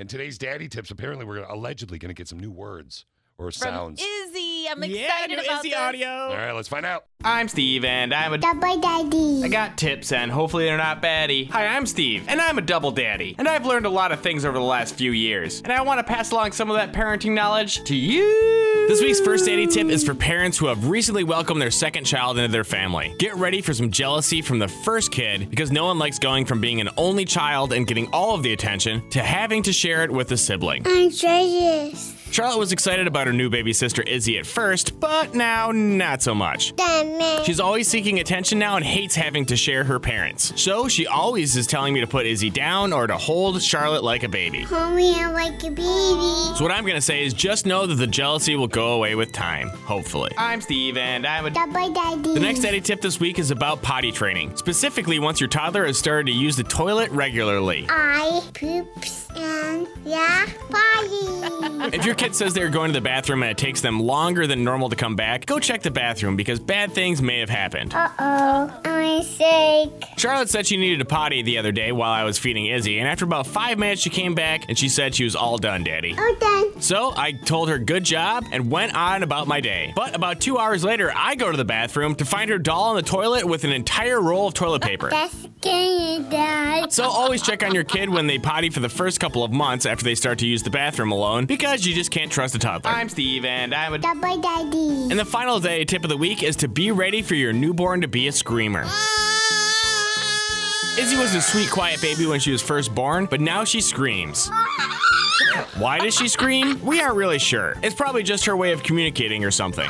And today's daddy tips, apparently, we're allegedly going to get some new words or From sounds. Izzy. I'm Yeah, excited new about Izzy this. audio. All right, let's find out. I'm Steve, and I'm a Double daddy. I got tips, and hopefully they're not baddie. Hi, I'm Steve, and I'm a double daddy, and I've learned a lot of things over the last few years, and I want to pass along some of that parenting knowledge to you. This week's first dating tip is for parents who have recently welcomed their second child into their family. Get ready for some jealousy from the first kid because no one likes going from being an only child and getting all of the attention to having to share it with a sibling. I'm serious. Charlotte was excited about her new baby sister Izzy at first, but now not so much. Damn it. She's always seeking attention now and hates having to share her parents. So she always is telling me to put Izzy down or to hold Charlotte like a baby. Homie, I'm like a baby. So what I'm gonna say is just know that the jealousy will go away with time, hopefully. I'm Steve, and I'm a Double daddy. The next daddy tip this week is about potty training. Specifically, once your toddler has started to use the toilet regularly. I poops and yeah, bye. If your kid says they're going to the bathroom and it takes them longer than normal to come back, go check the bathroom because bad things may have happened. Uh oh, I'm sick. Charlotte said she needed a potty the other day while I was feeding Izzy, and after about five minutes, she came back and she said she was all done, Daddy. Oh, done. So I told her good job and went on about my day. But about two hours later, I go to the bathroom to find her doll in the toilet with an entire roll of toilet paper. That's good, Dad. So oh, always check on your kid when they potty for the first couple of months after they start to use the bathroom alone because you just can't trust a toddler. I'm Steve, and I'm a Double daddy. and the final day tip of the week is to be ready for your newborn to be a screamer. Izzy was a sweet, quiet baby when she was first born, but now she screams. Why does she scream? We aren't really sure. It's probably just her way of communicating or something.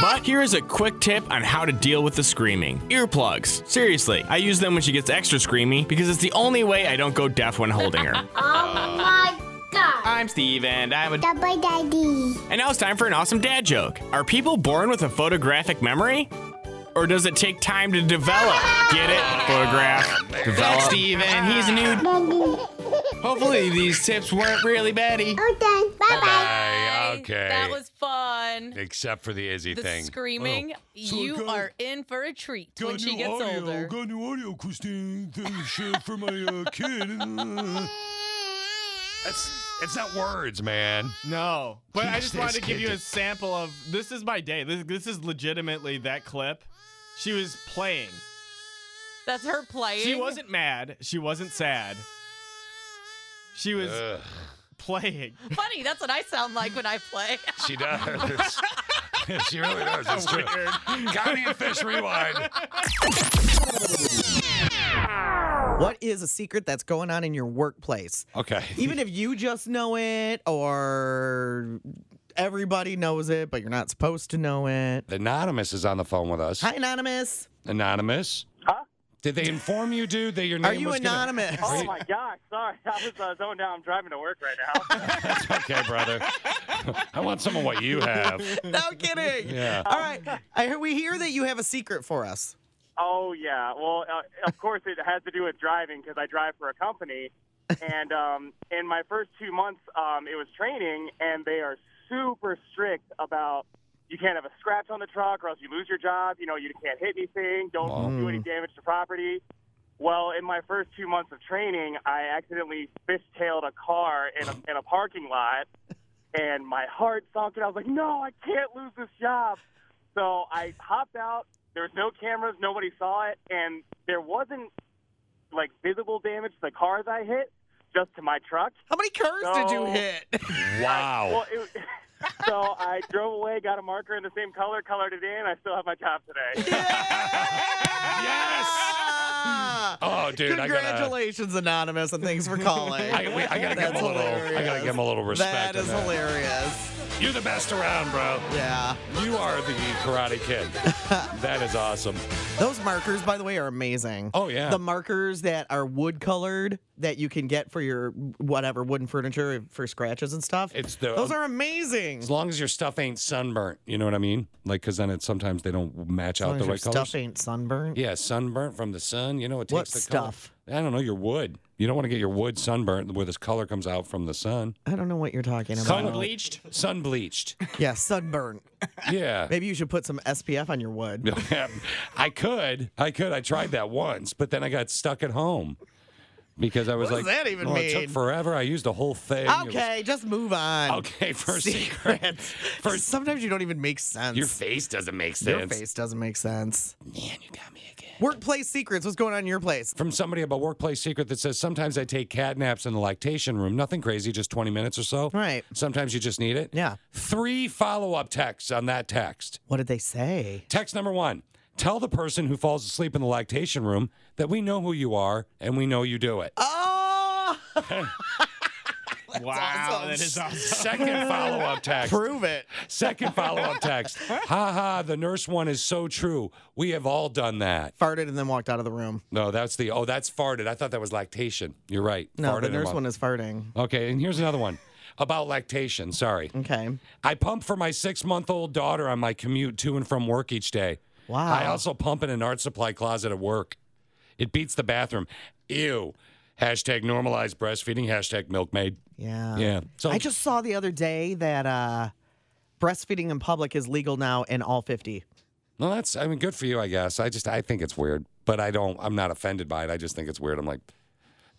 But here is a quick tip on how to deal with the screaming earplugs. Seriously, I use them when she gets extra screamy because it's the only way I don't go deaf when holding her. Oh my god. [LAUGHS] I'm Steve, and I'm a Double daddy. And now it's time for an awesome dad joke. Are people born with a photographic memory? Or does it take time to develop? Get it? Photograph. Develop. That's Steve, and he's a new. Hopefully, these tips weren't really baddie. Oh, done. Bye bye. Bye. Okay. That was fun. Except for the Izzy The thing. screaming. Oh, you are in for a treat when she gets older. Got new audio, Christine. Share for my uh, kid. Oh. That's it's not words, man. [LAUGHS] No, but I Teach just this wanted to give kid you to- a sample of this is my day. This, this is legitimately that clip. She was playing. That's her playing. She wasn't mad. She wasn't sad. She was Ugh, playing. funny. That's what I sound like when I play. [LAUGHS] she does. she [LAUGHS] really does. It's true. Weird. Connie and Fish [LAUGHS] rewind. What is a secret that's going on in your workplace? Okay. Even if you just know it or everybody knows it, but you're not supposed to know it. Anonymous is on the phone with us. Hi, Anonymous. Anonymous. Huh? Did they inform you, dude, that your name Are you was gonna- anonymous? Are Oh you- my gosh, sorry. I was uh, zoned out. I'm driving to work right now. That's [LAUGHS] okay, brother. [LAUGHS] I want some of what [LAUGHS] you have. [LAUGHS] no kidding. Yeah. All right. I hear, we hear that you have a secret for us. oh, yeah. Well, uh, of course, it has to do with driving because I drive for a company. And um, in my first two months, um, it was training, and they are super strict about you can't have a scratch on the truck or else you lose your job. You know, you can't hit anything, don't do any damage to property. Well, in my first two months of training, I accidentally fishtailed a car in a, in a parking lot, and my heart sunk, and I was like, "No, I can't lose this job." So I hopped out. There was no cameras, nobody saw it, and there wasn't like visible damage to the cars I hit, just to my truck. How many cars did you No. hit? Well, it, [LAUGHS] so I drove away, got a marker in the same color, colored it in. I still have my job today. yes. Oh, dude, I gotta. Uh, Congratulations, Anonymous, and thanks for [LAUGHS] calling. I, wait, I gotta give him That's a little. I gotta give him a little hilarious. respect. That on is hilarious. You're the best around, bro. Yeah. You are the Karate [LAUGHS] Kid. that is awesome. Those markers, by the way, are amazing. Oh, yeah. The markers that are wood colored that you can get for your whatever wooden furniture for scratches and stuff. It's the Those are amazing. Um, as long as your stuff ain't sunburnt. You know what I mean? Like, cause then it's sometimes they don't match As out long as the your right colors. stuff ain't sunburned. Yeah, sunburnt from the sun. sun. You know, it takes What the stuff? Color. I don't know your wood. You don't want to get your wood sunburnt where this color comes out from the sun. I don't know what you're talking about. Sun bleached. Sun bleached. [LAUGHS] Yeah, sunburn. Yeah. [LAUGHS] Maybe you should put some SPF on your wood. [LAUGHS] I could. I could. I tried that once, but then I got stuck at home because I was What does like, that even well, It took mean?" forever. I used the whole thing. It was- Okay, just move on. [LAUGHS] Okay, first secrets. First, sometimes you don't even make sense. Your face doesn't make sense. Your face doesn't make sense. Man, you got me again. Workplace secrets. What's going on in your place? From somebody about workplace secret that says sometimes I take cat naps in the lactation room. Nothing crazy, just 20 minutes or so. Right. Sometimes you just need it. Yeah. Three follow up texts on that text. What did they say? Text number one Tell the person who falls asleep in the lactation room that we know who you are and we know you do it. [LAUGHS] Oh, wow, that is awesome. Second follow [LAUGHS] up text. prove it. Second follow [LAUGHS] up text. Ha ha, the nurse one is so true. We have all done that. Farted and then walked out of the room. No, that's the, oh, that's farted. I thought that was lactation. You're right. No, Farted the and nurse wa- one is farting. Okay, and here's another one about lactation. Sorry. Okay. I pump for my six month old daughter on my commute to and from work each day. Wow. I also pump in an art supply closet at work. It beats the bathroom. Ew. Hashtag normalized breastfeeding, hashtag milkmaid. [LAUGHS] Yeah. Yeah. So Uh, I just saw the other day that uh, breastfeeding in public is legal now in all 50. Well, that's I mean, good for you, I guess. I just I think it's weird, but I don't. I'm not offended by it. I just think it's weird. I'm like,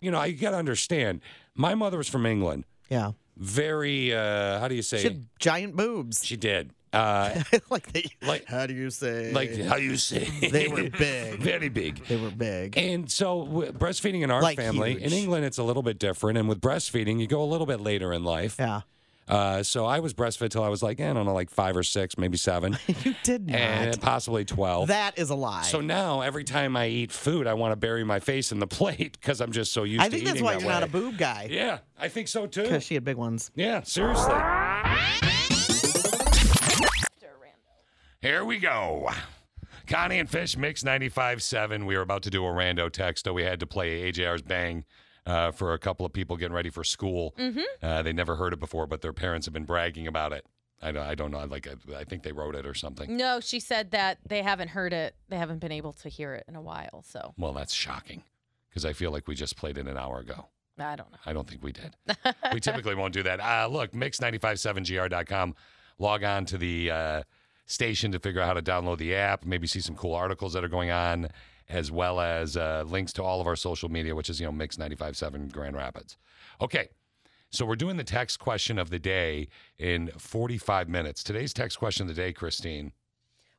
you know, I got to understand. My mother was from England. Yeah. Very. uh How do you say? She had giant boobs. She did. Uh, [LAUGHS] like they, like how do you say? like how you say Eh, [LAUGHS] They were big. very big. They were big. And so, w- breastfeeding in our Like family huge. in England, it's a little bit different. And with breastfeeding, you go a little bit later in life. Yeah. Uh, so I was breastfed till I was like, eh, I don't know, like five or six, maybe seven, [LAUGHS] You did not. and possibly twelve. that is a lie. So now every time I eat food, I want to bury my face in the [LAUGHS] plate because I'm just so used I to think eating that's why that you're not a way. boob guy. Yeah, I think so too. Because she had big ones. Yeah, seriously. Here we go. Connie and Fish Mix 95.7. We were about to do a rando text, so we had to play AJR's Bang uh, for a couple of people getting ready for school. Mm-hmm. Mhm. Uh, they never heard it before, but their parents have been bragging about it. I don't, I don't know. Like I, I think they wrote it or something. [LAUGHS] No, she said that they haven't heard it. They haven't been able to hear it in a while. So Well, that's shocking because I feel like we just played it an hour ago. I don't know. I don't think we did. [LAUGHS] we typically won't do that. Uh, look, mix957gr.com. Log on to the uh, station to figure out how to download the app, maybe see some cool articles that are going on, as well as uh, links to all of our social media, which is, you know, Mix957 Grand Rapids. Okay. So we're doing the text question of the day in 45 minutes. Today's text question of the day, Christine.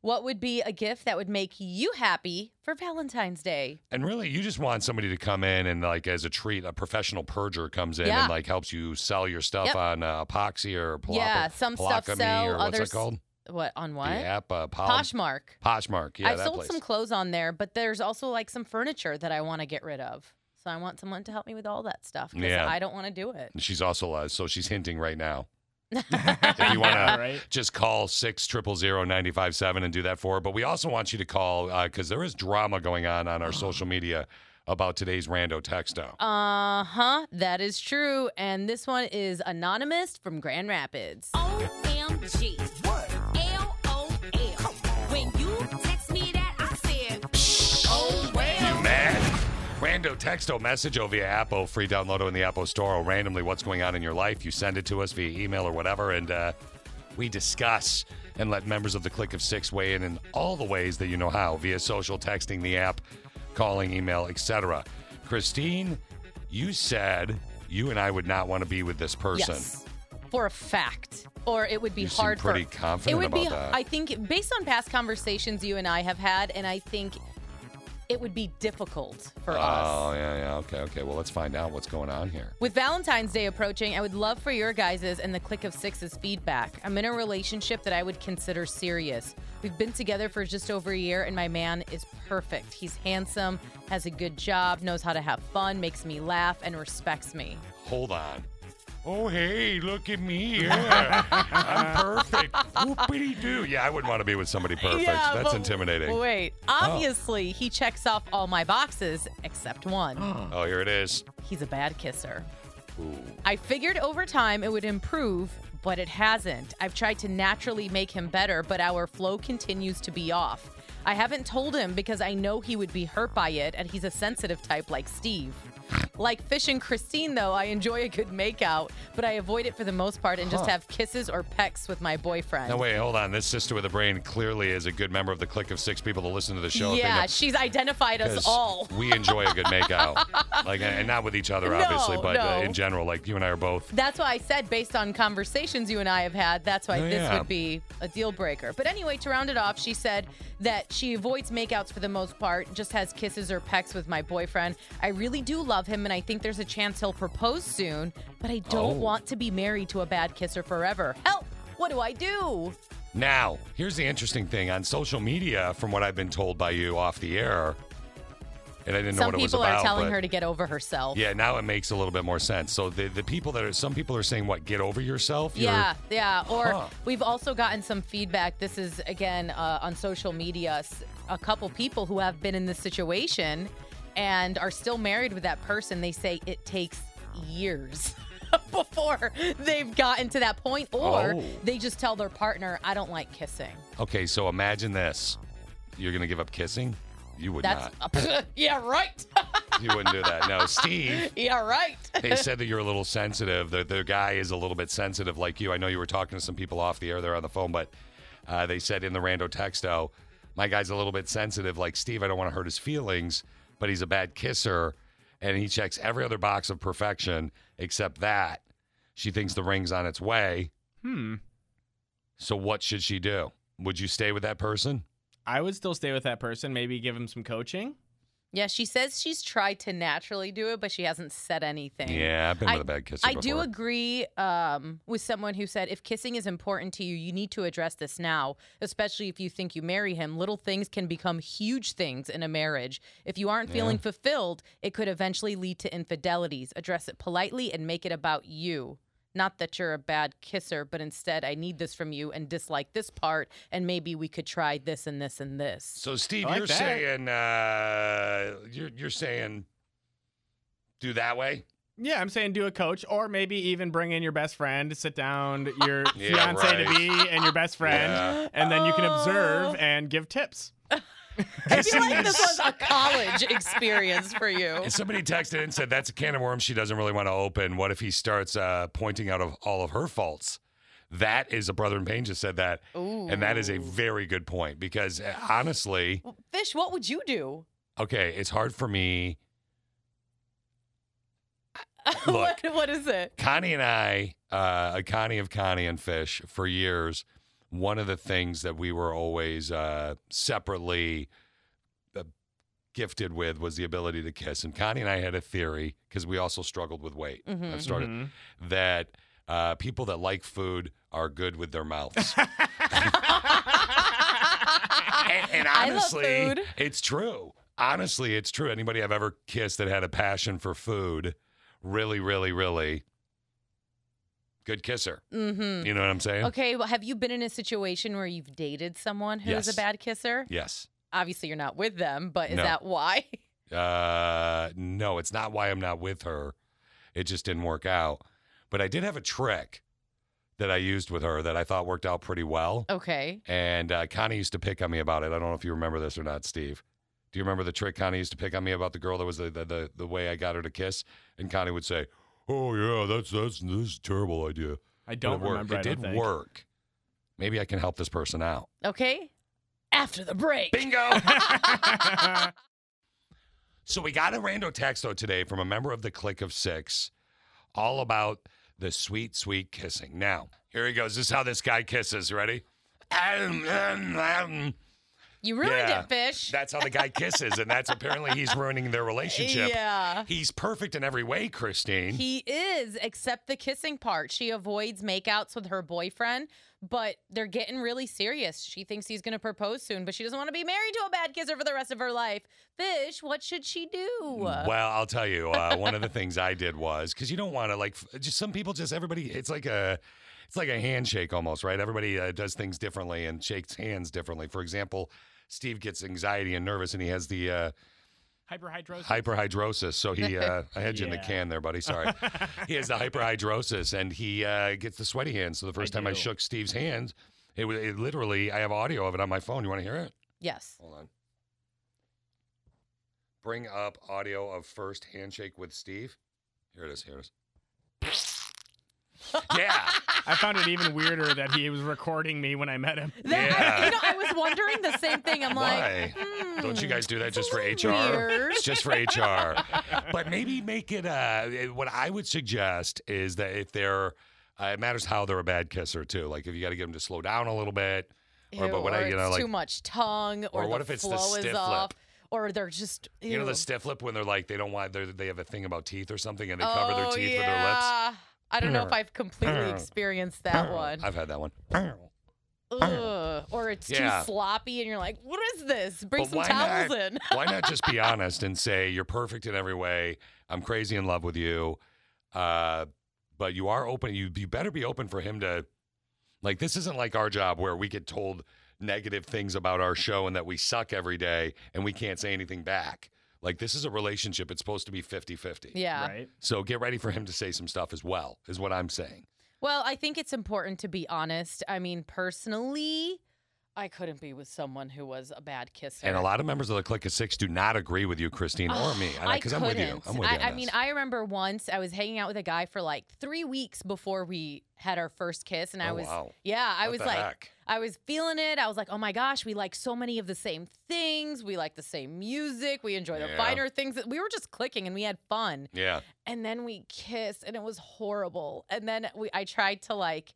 What would be a gift that would make you happy for Valentine's Day? And really, you just want somebody to come in and, like, as a treat, a professional purger comes in Yeah. and, like, helps you sell your stuff Yep. on uh, epoxy or palaca, yeah, some stuff Palacami sell. or what's others it called? What on what? The app, uh, Pol- Poshmark. Poshmark, yeah, I've that sold place. some clothes on there, but there's also like some furniture that I want to get rid of. So I want someone to help me with all that stuff because Yeah. I don't want to do it. And she's also uh, so she's hinting right [LAUGHS] now. if you want to just call six triple zero ninety five seven and do that for her, but we also want you to call because there is drama going on [GASPS] on our social media about today's rando text now. Uh huh. That is true. And this one is anonymous from Grand Rapids. OMG. LOL. When you text me that, I said, oh, well. Man, rando texto message over via Apple, free download in the Apple Store. Or randomly, what's going on in your life? You send it to us via email or whatever, and uh, we discuss and let members of the Click of Six weigh in in all the ways that you know how via social, texting, the app, calling, email, etc. Christine, you said you and I would not want to be with this person. Yes. For a fact. Or it would be You seem hard for pretty confident It would be about that. I think based on past conversations you and I have had, and I think it would be difficult for oh, us. yeah, yeah. Okay, okay. Well, let's find out what's going on here. With Valentine's Day approaching, I would love for your guys's and the click of six's feedback. I'm in a relationship that I would consider serious. We've been together for just over a year, and my man is perfect. He's handsome, has a good job, knows how to have fun, makes me laugh, and respects me. Hold on. Oh, hey, look at me. Yeah. [LAUGHS] I'm [LAUGHS] perfect. Whoopity doo. Yeah, I wouldn't want to be with somebody perfect. Yeah, That's but intimidating. Wait, Oh. obviously, he checks off all my boxes [GASPS] except one. Oh, here it is. He's a bad kisser. Ooh. I figured over time it would improve, but it hasn't. I've tried to naturally make him better, but our flow continues to be off. I haven't told him because I know he would be hurt by it, and he's a sensitive type like Steve. Like Fish and Christine, though, I enjoy a good makeout, but I avoid it for the most part and just Huh. have kisses or pecks with my boyfriend. No, wait, hold on. This sister with a brain clearly is a good member of the clique of six people that listen to the show. and think yeah, of- she's identified us 'cause all. [LAUGHS] we enjoy a good [LAUGHS] makeout, like, and and not with each other, No, obviously, but no. uh, in general, like you and I are both. That's why I said, based on conversations you and I have had, that's why Oh, this yeah. would be a deal breaker. But anyway, to round it off, she said that she avoids makeouts for the most part, just has kisses or pecks with my boyfriend. I really do love him, and I think there's a chance he'll propose soon, but I don't Oh. want to be married to a bad kisser forever. Help! What do I do? Now, here's the interesting thing on social media, from what I've been told by you off the air, and I didn't know Some what it was people about. are telling but- her to get over herself. Yeah, now it makes a little bit more sense. So the the people that are some people are saying what get over yourself. You're- Yeah, yeah. Or Huh. we've also gotten some feedback. This is again uh, on social media. S- A couple people who have been in this situation and are still married with that person. They say it takes years [LAUGHS] before they've gotten to that point, or Oh. they just tell their partner, "I don't like kissing." Okay, so imagine this: you're gonna give up kissing. You would That's not. [LAUGHS] [LAUGHS] yeah, right. you wouldn't do that. No, Steve. [LAUGHS] yeah, right. They said that you're a little sensitive. The, the guy is a little bit sensitive, like you. I know you were talking to some people off the air there on the phone, but uh, they said in the rando texto, my guy's a little bit sensitive, like Steve. I don't want to hurt his feelings, but he's a bad kisser, and he checks every other box of perfection except that. She thinks the ring's on its way. Hmm. So what should she do? Would you stay with that person? I would still stay with that person. Maybe give him some coaching. Yeah, she says she's tried to naturally do it, but she hasn't said anything. Yeah, I've been with a bad kisser I do before. agree um, with someone who said if kissing is important to you, you need to address this now, especially if you think you marry him. Little things can become huge things in a marriage. If you aren't feeling Yeah. fulfilled, it could eventually lead to infidelities. Address it politely and make it about you. Not that you're a bad kisser, but instead, I need this from you and dislike this part, and maybe we could try this and this and this. So Steve, I like you're that. saying uh, you're you're saying do that way. Yeah, I'm saying do a coach, or maybe even bring in your best friend, sit down your [LAUGHS] Yeah, fiance to right. be and your best friend, Yeah. and then you can Oh. observe and give tips. I feel like this was a college experience for you. [LAUGHS] And somebody texted and said that's a can of worms she doesn't really want to open. What if he starts uh, pointing out of all of her faults? That is a brother in pain just said that, and that is a very good point because uh, honestly, Fish, what would you do? okay, it's hard for [LAUGHS] me. Look, What- what is it? Connie and I, uh, Connie of Connie and Fish, for years, one of the things that we were always uh, separately uh, gifted with was the ability to kiss. And Connie and I had a theory because we also struggled with weight. Mhm. That started Mhm. that uh, people that like food are good with their mouths. and, and I love honestly, [LAUGHS] food. it's true. Honestly, it's true. Anybody I've ever kissed that had a passion for food, really, really, really good kisser. Mm-hmm. You know what I'm saying? Okay, well, have you been in a situation where you've dated someone who's Yes. a bad kisser? Yes. Obviously, you're not with them, but is No. that why? Uh, no, it's not why I'm not with her. It just didn't work out. But I did have a trick that I used with her that I thought worked out pretty well. Okay. And uh, Connie used to pick on me about it. I don't know if you remember this or not, Steve. Do you remember the trick Connie used to pick on me about the girl that was the the, the, the way I got her to kiss? And Connie would say, "Oh yeah, that's that's this is a terrible idea." I But don't it worked. remember, It I don't did think. work. Maybe I can help this person out. Okay. After the break. [LAUGHS] Bingo. So we got a rando texto today from a member of the Click of Six, all about the sweet, sweet kissing. Now here he goes. This is how this guy kisses. Ready? You ruined Um, Yeah. it, Fish. That's how the guy kisses, and [LAUGHS] that's apparently he's ruining their relationship. Yeah. He's perfect in every way, Christine. Uh-huh. He is, except the kissing part. She avoids makeouts with her boyfriend, but they're getting really serious. She thinks he's going to propose soon, but she doesn't want to be married to a bad kisser for the rest of her life. Fish, what should she do? well, I'll tell you. Uh, one of the things I did was because you don't want to like f- just some people just everybody. It's like a it's like a handshake almost, right? Everybody uh, does things differently and shakes hands differently. For example, Steve gets anxiety and nervous, and he has the uh, Hyperhidrosis. hyperhidrosis. So he, uh, I had you in the Yeah. can there, buddy. Sorry. he has the hyperhidrosis, and he uh, gets the sweaty hands. So the first time I do. shook Steve's hand, it was it literally. I have audio of it on my phone. You want to hear it? Yes. Hold on. Bring up audio of first handshake with Steve. Here it is. Here it is. yeah. I found it even weirder that he was recording me when I met him. yeah. You know, I was wondering the same thing. I'm like, Uh, [LAUGHS] hmm. Why? Don't you guys do that just for HR? weird. It's just for [LAUGHS] HR. but maybe make it uh what I would suggest is that if they're uh, it matters how they're a bad kisser too. Like if you got to get them to slow down a little bit or Ew, but when I you know it's like too much tongue, or, or what the if it's the flow stiff is lip? off, or they're just ew. you know the stiff lip when they're like they don't want they they have a thing about teeth or something and they cover their teeth with their lips. Oh, yeah. I don't know if I've [CLEARS THROAT] completely experienced that one. I've had that one. Ugh. Or it's Yeah. too sloppy, and you're like, "What is this? Bring But some why towels not- in." why [LAUGHS] not just be honest and say you're perfect in every way? I'm crazy in love with you, uh, but you are open. You you better be open for him to like. This isn't like our job where we get told negative things about our show and that we suck every day and we can't say anything back. Like this is a relationship. It's supposed to be 50-50. Yeah. Right. So get ready for him to say some stuff as well. Is what I'm saying. Well, I think it's important to be honest. I mean, personally, I couldn't be with someone who was a bad kisser. And a lot of members of the Click of Six do not agree with you, Christine, [SIGHS] or me. Because I'm with you. couldn't. I'm with you. on I, I this. mean, I remember once I was hanging out with a guy for like three weeks before we had our first kiss, and I Oh, was, wow. yeah, I What was the like, heck? I was feeling it. I was like, oh my gosh, we like so many of the same things. We like the same music. We enjoy the Yeah. finer things. We were just clicking, and we had fun. [LAUGHS] yeah. And then we kissed, and it was horrible. And then we, I tried to like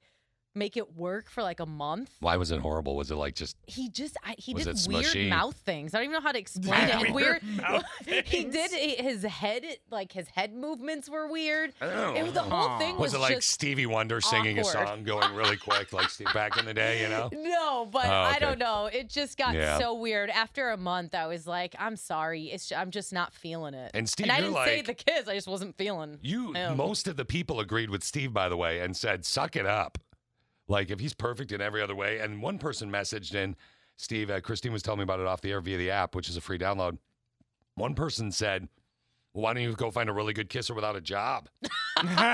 make it work for like a month. Why was it horrible? Was it like just He just I, he Was did it weird smushy? mouth things. I don't even know how to explain it. Weird Weird. [LAUGHS] mouth he did his head like his head movements were weird. It was- the whole thing was, it like just- Stevie Wonder singing a awkward. song going really quick, like Steve back in the day, [LAUGHS] you know? [LAUGHS] No, but Oh, I okay. don't know. It just got Yeah. so weird. After a month, I was like, I'm sorry. It's ju- I'm just not feeling it. And Steve, I you're didn't say like- the kiss. I just wasn't feeling. You him. most of the people agreed with Steve, by the way, and said, "Suck it up." Like if he's perfect in every other way. And one person messaged in, Steve, uh, Christine was telling me about it off the air via the app, which is a free download. One person said, well, "Why don't you go find a really good kisser without a [LAUGHS] job?"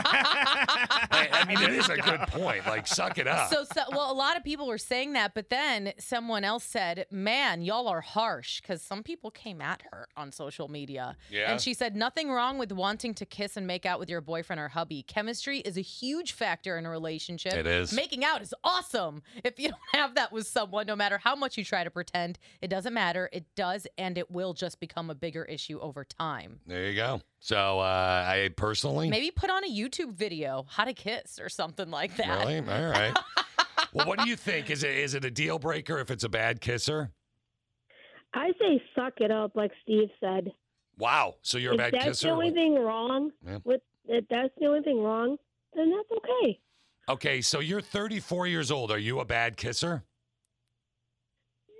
I, I mean, it is a good point. Like, suck it up. So, so well, a lot of people were saying that, but then someone else said, "Man, y'all are harsh," because some people came at her on social media. Yeah. And she said, "Nothing wrong with wanting to kiss and make out with your boyfriend or hubby. Chemistry is a huge factor in a relationship. It is. Making out is awesome. If you don't have that with someone, no matter how much you try to pretend, it doesn't matter. It does, and it will just become a bigger issue over time." there you go. So uh, I personally Maybe put on a YouTube video, how to kiss or something like that. Really? All right. well, what do you think? Is it is it a deal breaker if it's a bad kisser? I say suck it up, like Steve said. Wow. So you're a if bad that's kisser. the only thing wrong Yeah. with if that's the only thing wrong, then that's okay. Okay, so you're 34 years old. Are you a bad kisser?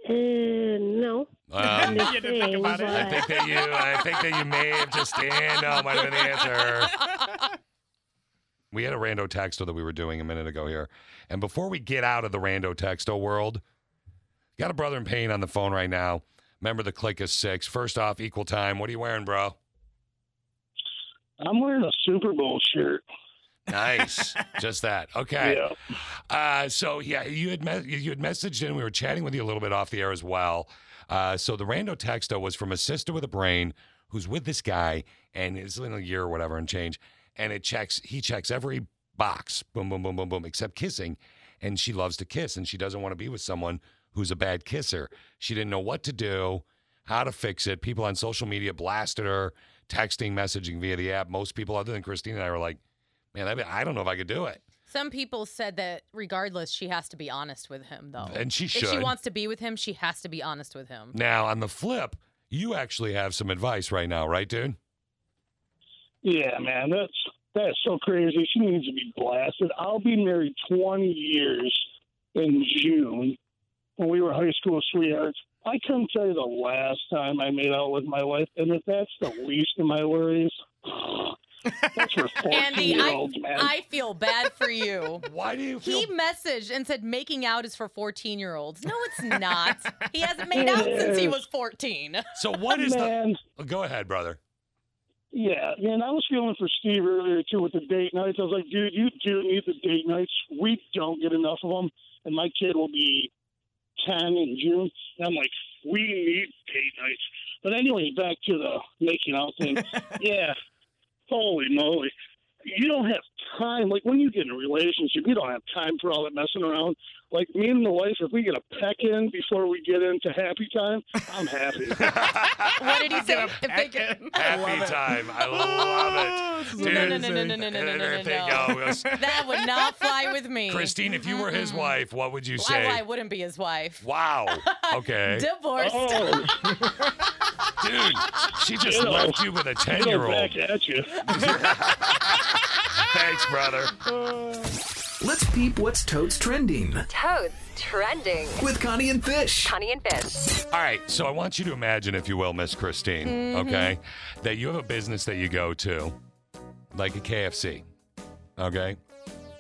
Uh, no. Um, [LAUGHS] You didn't think about it. I think that you. I think that you may have just. And no, might have been the answer. We had a rando texto that we were doing a minute ago here, and before we get out of the rando texto world, got a brother in pain on the phone right now. Remember the click is six. First off, equal time. What are you wearing, bro? I'm wearing a Super Bowl shirt. Nice, just that. Okay. Uh, so yeah, you had me- you had messaged in. We were chatting with you a little bit off the air as well. Uh, so the rando texto was from a sister with a brain who's with this guy, and it's been a year or whatever and change. And it checks. He checks every box. Boom, boom, boom, boom, boom, except kissing. And she loves to kiss, and she doesn't want to be with someone who's a bad kisser. She didn't know what to do, how to fix it. People on social media blasted her, texting, messaging via the app. Most people, other than Christine and I, were like, "Man, I, I don't know if I could do it." Some people said that regardless, she has to be honest with him, though. And she If she should. wants to be with him, she has to be honest with him. Now, on the flip, you actually have some advice right now, right, dude? Yeah, man, that's that's so crazy. She needs to be blasted. I'll be married 20 years in June. When we were high school sweethearts, I couldn't tell you the last time I made out with my wife, and if that's the least of my worries. [GASPS] That's for 14 Andy, year I, olds, man. I feel bad for you. [LAUGHS] Why do you He messaged and said making out is for 14 year olds. No, [LAUGHS] it's not. he hasn't made out since he Yes. was 14. [LAUGHS] So what is Man. the? Oh, Go ahead, brother. Yeah, man, I was feeling for Steve earlier too with the date nights. I was like, dude, you do need the date nights. We don't get enough of them, and my kid will be ten in June. And I'm like, we need date nights. But anyway, back to the making out thing. yeah. Holy moly. You don't have time. Like when you get in a relationship, you don't have time for all that messing around. Like me and my wife, if we get a peck in before we get into happy time, I'm happy. What did he say? If they get- Happy time. I [LAUGHS] love it. No, no, no, no, no, no, no, no, no, no, no. [LAUGHS] That would not fly with me. Christine, if you were his wife, what would you Well, I- I say? wouldn't be his wife. Wow. [LAUGHS] Okay. Divorced. Oh. Dude, she just You know, left you with a [LAUGHS] you know, 10 year old. back at you. [LAUGHS] Thanks, brother. Let's peep what's totes trending Toads trending. with Connie and Fish. Connie and Fish. All right, so I want you to imagine, if you will, Miss Christine, Mm-hmm. Mhm. okay, that you have a business that you go to, like a KFC, okay,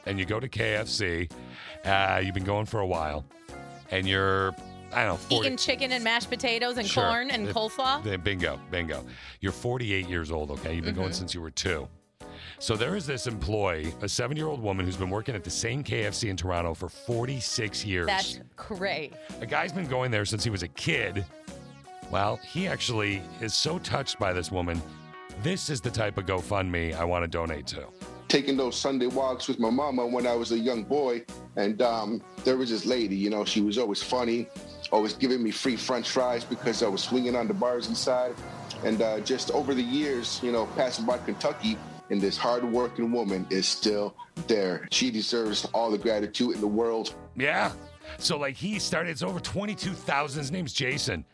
and you go to KFC, uh, you've been going for a while, and you're, I don't know, 40, [LAUGHS] Eating chicken and mashed potatoes and Sure. corn and If- coleslaw. Then bingo, bingo. You're 48 years old, okay? You've been going Mm-hmm. since you were two. So there is this employee, a seven year old woman who's been working at the same KFC in Toronto for 46 years. That's great. A guy's been going there since he was a kid. Well, he actually is so touched by this woman. This is the type of GoFundMe I want to donate to. taking those Sunday walks with my mama when I was a young boy. And um, there was this lady, you know, she was always funny, always giving me free french fries because I was swinging on the bars inside. And uh, just over the years, you know, passing by Kentucky, and this hardworking woman is still there. She deserves all the gratitude in the world. Yeah. So like he started, it's over 22,000. His name's Jason.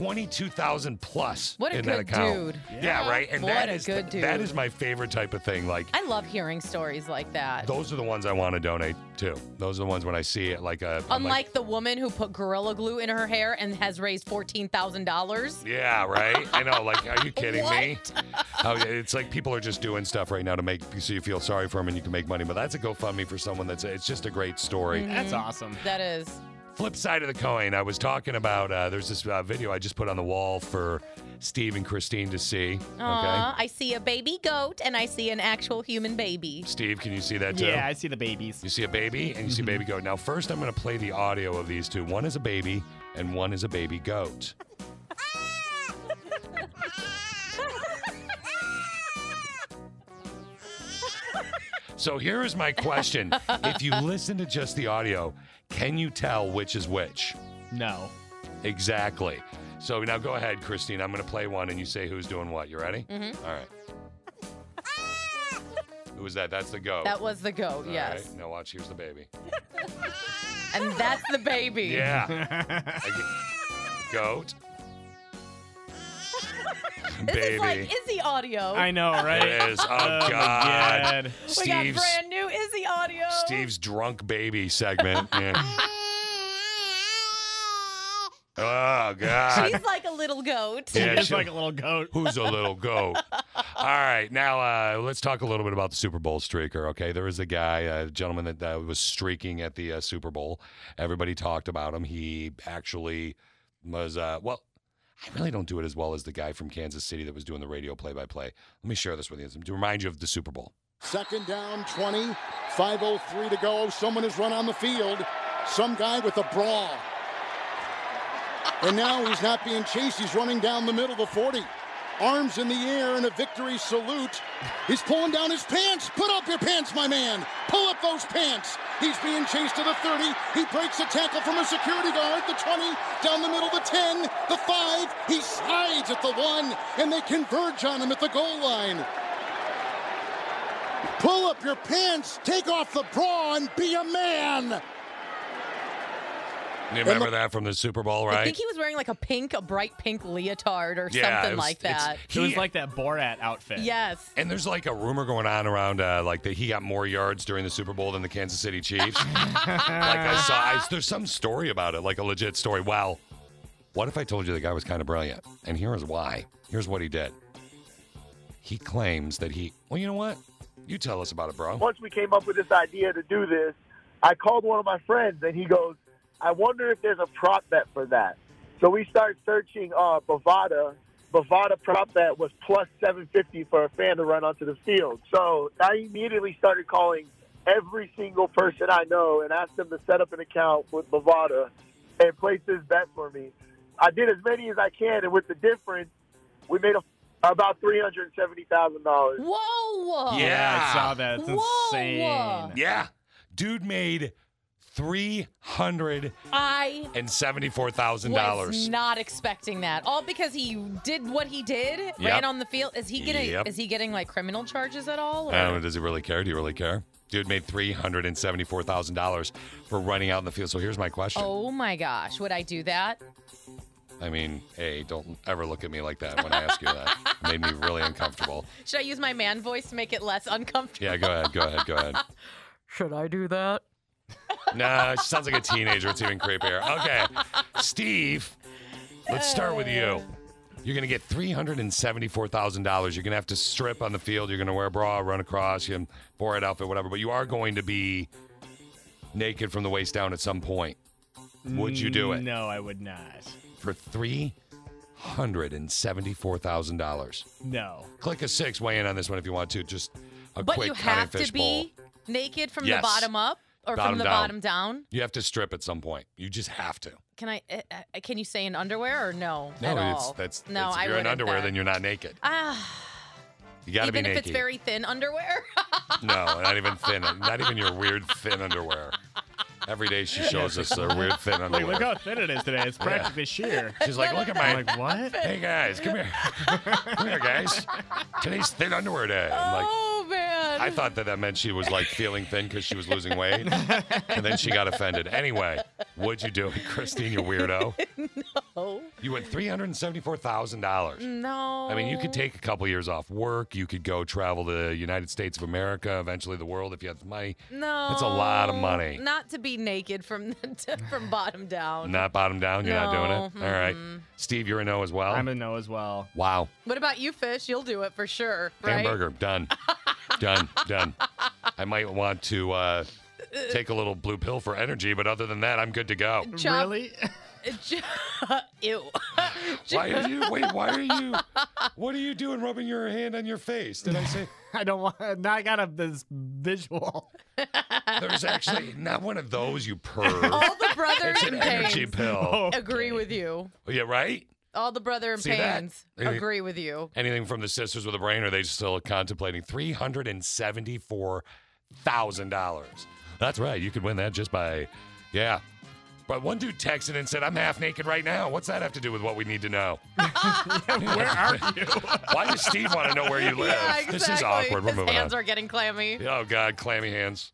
22,000 plus What a in that good account. dude. Yeah, Yeah. right. And What that a is good dude. that is my favorite type of thing. Like I love hearing stories like that. those are the ones I want to donate to. Those are the ones when I see it like a I'm like, Unlike the woman who put Gorilla Glue in her hair and has raised $14,000. Yeah, [LAUGHS] right. I know. Like, are you kidding me? [LAUGHS] What? How, it's like people are just doing stuff right now to make so you feel sorry for them and you can make money. But that's a GoFundMe for someone that's it's just a great story. Mm-hmm. Mhm. That is. Flip side of the coin, I was talking about. Uh, there's this uh, video I just put on the wall for Steve and Christine to see. Aw, Okay. I see a baby goat and I see an actual human baby. Steve, can you see that too? Yeah, I see the babies. Mm-hmm. You see a baby and you see a baby goat. Now, first, I'm going to play the audio of these two. One is a baby and one is a baby goat. So here is my [LAUGHS] question. if you listen to just the audio, can you tell which is which? No. Exactly. So now go ahead, Christine. I'm going to play one and you say who's doing what. You ready? Mhm. All right. Who was that? That's the goat. That was the goat, All yes. right, Now watch. Here's the baby. And that's the baby. [LAUGHS] [LAUGHS] Oh. Yeah. [LAUGHS] I get- goat. This baby. is like Izzy audio. [LAUGHS] I know, right? It is. Oh, my God. We got Steve's- brand new Izzy audio. Steve's drunk baby segment. [LAUGHS] Yeah. Oh God. She's like a little goat. she'll- [LAUGHS] Who's a little goat? All right, now uh, let's talk a little bit about the Super Bowl streaker. Okay, there was a guy, a gentleman that uh, was streaking at the uh, Super Bowl. Everybody talked about him. He actually was uh, well. I really don't do it as well as the guy from Kansas City that was doing the radio play-by-play. Let me share this with you to remind you of the Super Bowl. Second down, 20, 5.03 to go. Someone has run on the field. Some guy with a brawl. And now he's not being chased. He's running down the middle of the 40. Arms in the air in a victory salute. He's pulling down his pants. Put up your pants, my man. Pull up those pants. He's being chased to the 30. He breaks a tackle from a security guard. The 20, down the middle, the 10, the 5. He slides at the 1, and they converge on him at the goal line. Pull up your pants, take off the bra, and be a man. You remember that from the Super Bowl, right? I think he was wearing like a pink, a bright pink leotard or Yeah, something it was- like it's- that. It was he- like that Borat outfit. Yes. And there's like a rumor going on around uh, like that he got more yards during the Super Bowl than the Kansas City [LAUGHS] Chiefs. like I saw, I, there's some story about it, like a legit story. Well, what if I told you the guy was kind of brilliant? And here's why. Here's what he did. He claims that he. Well, you know what? You tell us about it, bro. once we came up with this idea to do this, I called one of my friends and he goes, I wonder if there's a prop bet for that. So we start searching uh, Bovada. Bovada prop bet was plus 750 for a fan to run onto the field. So I immediately started calling every single person I know and asked them to set up an account with Bovada and place this bet for me. I did as many as I can, and with the difference, we made a, about three hundred seventy thousand dollars. Whoa! Yeah, I saw that. It's insane. Yeah. Dude made three hundred I and seventy-four thousand was dollars. not expecting that. All because he did what he did, ran on the field. Is he getting? Yep. Oh, Is he getting like criminal charges at all? or- I don't know. Does he really care? Do you really care? Dude made three hundred and seventy-four thousand dollars for running out in the field. So here's my question. oh my gosh! Would I do that? I mean, hey, don't ever look at me like that when I ask you [LAUGHS] that. It made me really uncomfortable. Should I use my man voice to make it less uncomfortable? Yeah, go ahead, go ahead, go ahead. [LAUGHS] Should I do that? Nah, she sounds like a teenager. It's even creepier. Okay, Steve, let's start with you. You're gonna get three hundred and seventy-four thousand dollars. You're gonna have to strip on the field. You're gonna wear a bra, run across, you can board outfit, whatever. But you are going to be naked from the waist down at some point. Would you do it No, I would not. for three hundred and seventy-four thousand dollars? No. Click a six. Weigh in on this one if you want to. Just a but quick you cutting have to fish bowl. be naked from the Yes. bottom up or Bottom from the down. bottom down. You have to strip at some point. You just have to. Can I? Uh, uh, can you say in underwear or no? No, at it's all? that's no. it's- I if you're in wouldn't underwear, then. then you're not naked. Ah, You gotta even be if naked. it's very thin underwear. [LAUGHS] [LAUGHS] no, not even thin. Not even your weird thin underwear. Every day she shows us her weird thin Like, underwear. look how thin it is today. It's Yeah. practically sheer. She's like, look at my. I'm like, what? Hey guys, come here. [LAUGHS] come here, guys. Today's thin underwear day. I'm like, oh man. I thought that that meant she was like feeling thin because she was losing weight, and then she got offended. Anyway, what'd you do, [LAUGHS] Christine? You weirdo. [LAUGHS] no. You went three hundred and seventy-four thousand dollars. No. I mean, you could take a couple years off work. You could go travel to the United States of America, eventually the world if you have the money. No. That's a lot of money. Not to be naked from [LAUGHS] the, from bottom down. Not bottom down. You're not doing it. No, All right. mm-mm. Steve, you're a no as well. I'm a no as well. Wow. What about you, Fish? You'll do it for sure, right? Hamburger. Done. done. Done. I might want to uh, take a little blue pill for energy, but other than that, I'm good to go. Chop- Ju- Ew. Ju- Why are you? Wait, why are you? What are you doing rubbing your hand on your face? Did I say [LAUGHS] I don't want. Now I got a, this visual. there's [LAUGHS] actually not one of those, you perv? [LAUGHS] All the brother It's in an energy pains pill. agree with you. Oh, Yeah, right? All the brother in See that? pains Anything- agree with you. Anything from the sisters with a brain, or are they still contemplating three hundred and seventy-four thousand dollars? That's right. You could win that just by, yeah. But one dude texted and said, "I'm half naked right now. What's that have to do with what we need to know? [LAUGHS] Where are you? Why does Steve want to know where you live? Yeah, exactly. This is awkward. We're His moving hands on. are getting clammy. oh God, clammy hands.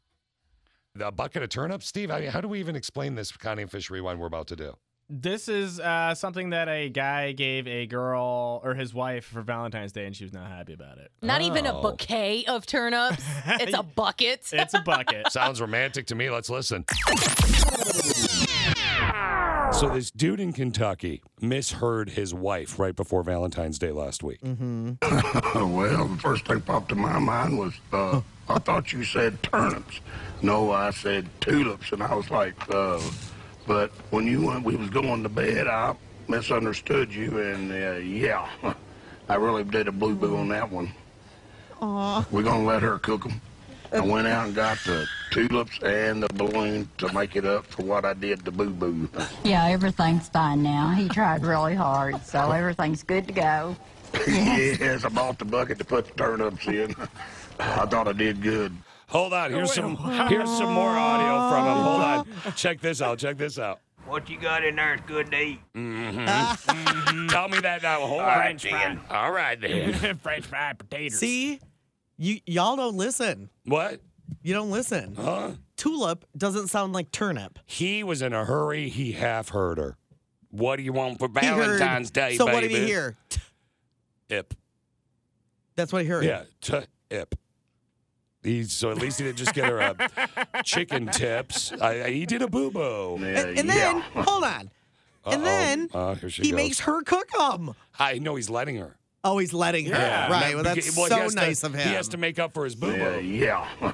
A bucket of turnips, Steve. I mean, how do we even explain this Connie and Fish rewind we're about to do? This is uh, something that a guy gave a girl or his wife for Valentine's Day, and she was not happy about it. Not even a Oh. bouquet of [LAUGHS] turnips. It's a bucket. It's a bucket. [LAUGHS] Sounds romantic to me. Let's listen. So this dude in Kentucky misheard his wife right before Valentine's Day last week. Mm-hmm. [LAUGHS] well, the first thing popped in my mind was uh, I thought you said turnips. No, I said tulips, and I was like, uh, but when you went, we was going to bed, I misunderstood you, and uh, yeah, [LAUGHS] I really did a blue boo on that one. Aw. We're gonna let her cook 'em. I went out and got the tulips and the balloon to make it up for what I did the boo boo. Yeah, everything's fine now. He tried really hard, [LAUGHS] so everything's good to go. [LAUGHS] yes, I bought the bucket to put the turnips in. I thought I did good. Hold on, here's some here's some more audio from him. Hold [LAUGHS] on, check this out. Check this out. What you got in there is good to eat. [LAUGHS] Mm-hmm. Tell me that now. Hold All on. right, then. All right then. French fried potatoes. See, you y'all don't listen. What? You don't listen. Huh? Tulip doesn't sound like turnip. He was in a hurry. He half heard her. What do you want for He heard- Valentine's Day, So baby? what did he hear? T- Ip. That's what he heard. Yeah, t- ip. He, so at least he didn't just get her [LAUGHS] a chicken tips. I, I- he did a boo boo. And, and then [LAUGHS] hold on. And then uh, here she he goes. makes her cook them. I know he's letting her. Oh, he's letting her. Right. Well, Now, that's well, he so has to- nice of him. he has to make up for his boo Yeah, yeah.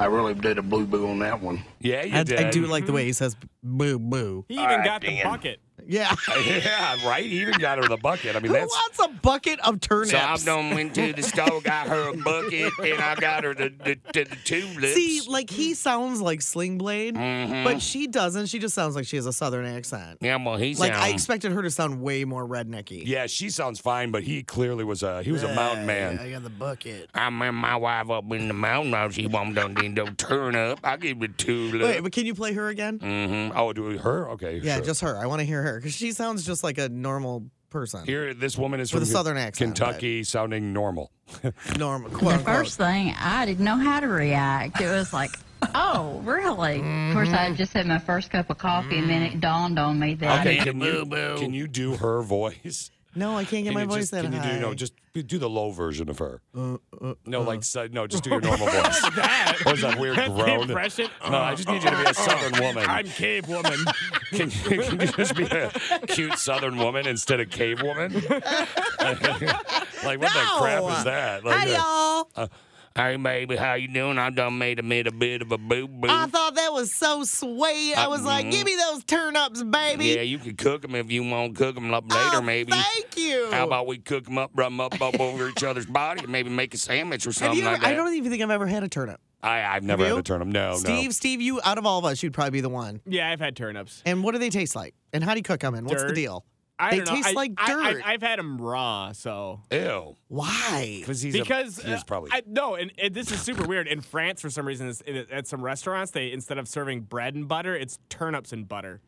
I really did a boo boo on that one. Yeah, I, I do like the way he says boo boo. He even got the bucket. Yeah. [LAUGHS] yeah, right? He even got her the bucket. I mean, Who that's. wants a bucket of turnips? So I done went to the store, got her [LAUGHS] a bucket, and I got her the the, the, the tulips. See, like Mm. he sounds like Sling Blade, Mhm. but she doesn't. She just sounds like she has a southern accent. yeah, well, he's like I expected her to sound way more rednecky. Yeah, she sounds fine, but he clearly was a he was a mountain man. I got the bucket. I mean, my wife up in the mountain, now she won't done did no turn up. I give her two Wait, but can you play her again? Mm-hmm. Oh, do we, her? Okay. Yeah, sure. just her. I want to hear her because she sounds just like a normal person. Here, this woman is With from a southern accent, but- Kentucky, sounding normal. [LAUGHS] normal. The first thing, I didn't know how to react. It [LAUGHS] was like, oh, really? Mm-hmm. Of course, I had just had my first cup of coffee, and then it dawned on me that Mm. Okay, can you can you do her voice? No, I can't get Can my you voice just, that can high. you do no? Just do the low version of her. Uh, uh, No, uh. like so- no, [LAUGHS] just do your normal voice. What was that [LAUGHS] weird That's the groan? impression? Oh, No, I just need you to [LAUGHS] be a Oh, southern woman. I'm cave woman. [LAUGHS] Can, you- can you just be a cute southern woman instead of cave woman? like what the crap is that? Like, uh, y'all. Mm-hmm. hey, baby, how you doing? I done made a bit, a bit of a boo boo. I thought that was so sweet. I was like, Mhm. give me those turnips, baby. Yeah, you can cook them if you want. Cook them up later, maybe. Thank you. How about we cook them up, rub them up, up over each other's body, and maybe make a sandwich or Have something you ever, like that. Oh, I don't even think I've ever had a turnip. I, I've never you? had to turn them. No, Steve, no. Steve, you out of all of us, you'd probably be the one. Oh. yeah, I've had turnips. And what do they taste like? And how do you cook them? And what's the Dirt. deal? I they don't know. taste I- like I- dirt. I, have had them raw, so Ew. Why? Because he's a- because he was uh, probably. I, no, and, and this is super weird. In France, for some reason, it's, it, at some restaurants, they instead of serving bread and butter, it's turnips and butter.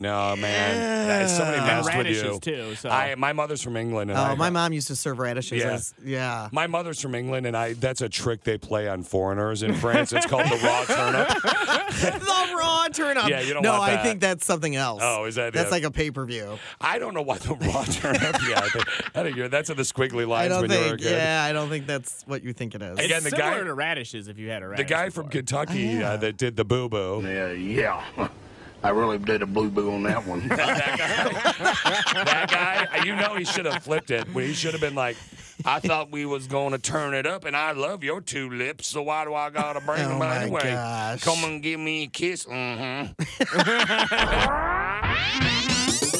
no, man. That- Somebody And messed with radishes, you. too, so- I, my mother's from England, and oh, I, my mom used to serve radishes. Yeah. as- yeah. My mother's from England, and I that's a trick they play on foreigners in France. [LAUGHS] It's called the [LAUGHS] raw turnip. the raw turnip. Yeah, you don't No, want I that. think that's something else. Oh, is that That's it? like a pay per view. I don't know why the raw turnip. Yeah, I think, I think you're, that's in the squiggly I lines don't when you were a think. kid. Yeah, I don't think that's what you think it is. Again, it's the similar guy- to radishes if you had a The radish. guy from Kentucky uh, that did the boo boo. Yeah, yeah. [LAUGHS] I really did a blue boo on that [LAUGHS] one. That guy, you know, he should have flipped it. He should have been like, I thought we was going to turn it up, and I love your two lips, so why do I got to bring Oh them my anyway? gosh. Come and give me a kiss. Mm-hmm. [LAUGHS]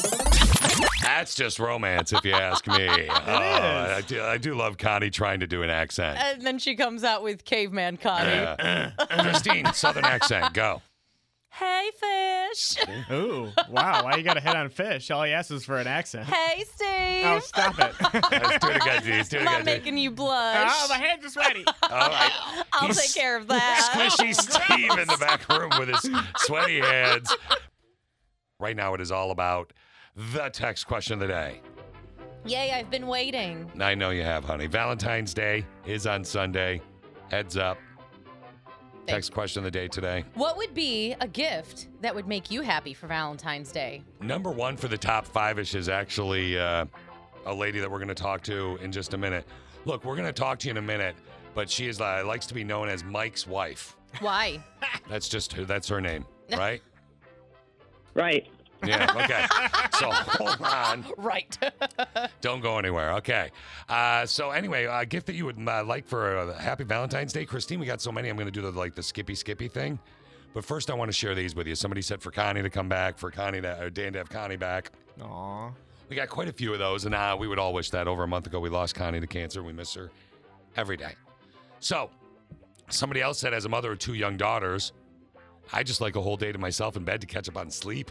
that's just romance, if you ask me. Oh, I, do, I do love Connie trying to do an accent. [LAUGHS] And then she comes out with caveman Connie. [LAUGHS] Yeah. Christine, Southern accent, go. Hey, fish. [LAUGHS] [LAUGHS] Ooh, wow! Why you got to hit on fish? All he asks is for an accent. Hey, Steve. Oh, stop [LAUGHS] it! Let's do it again, Denise. Do it again. I'm not Denise. making you blush. oh, my hands are sweaty. All right. [LAUGHS] I'll He's take care of that. Squishy Steve in the back room with his sweaty hands. Right now, it is all about the text question of the day. Yay, I've been waiting. I know you have, honey. Valentine's Day is on Sunday. Heads up. Text question of the day today. What would be a gift that would make you happy for Valentine's Day? Number one for the top five ish is actually uh, a lady that we're going to talk to in just a minute. Look, we're going to talk to you in a minute, but she is uh, likes to be known as Mike's wife. [LAUGHS] Why? That's just her, that's her name, right? Right. Yeah. Okay. so [LAUGHS] hold on. Right. [LAUGHS] Don't go anywhere. Okay. Uh, so anyway, a gift that you would uh, like for a happy Valentine's Day, Christine. We got so many. I'm going to do the like the Skippy Skippy thing. But first, I want to share these with you. Somebody said for Connie to come back, for Connie to or Dan to have Connie back. Aw. We got quite a few of those, and uh, we would all wish that. Over a month ago, we lost Connie to cancer. We miss her every day. So somebody else said, as a mother of two young daughters, I just like a whole day to myself in bed to catch up on [LAUGHS] sleep.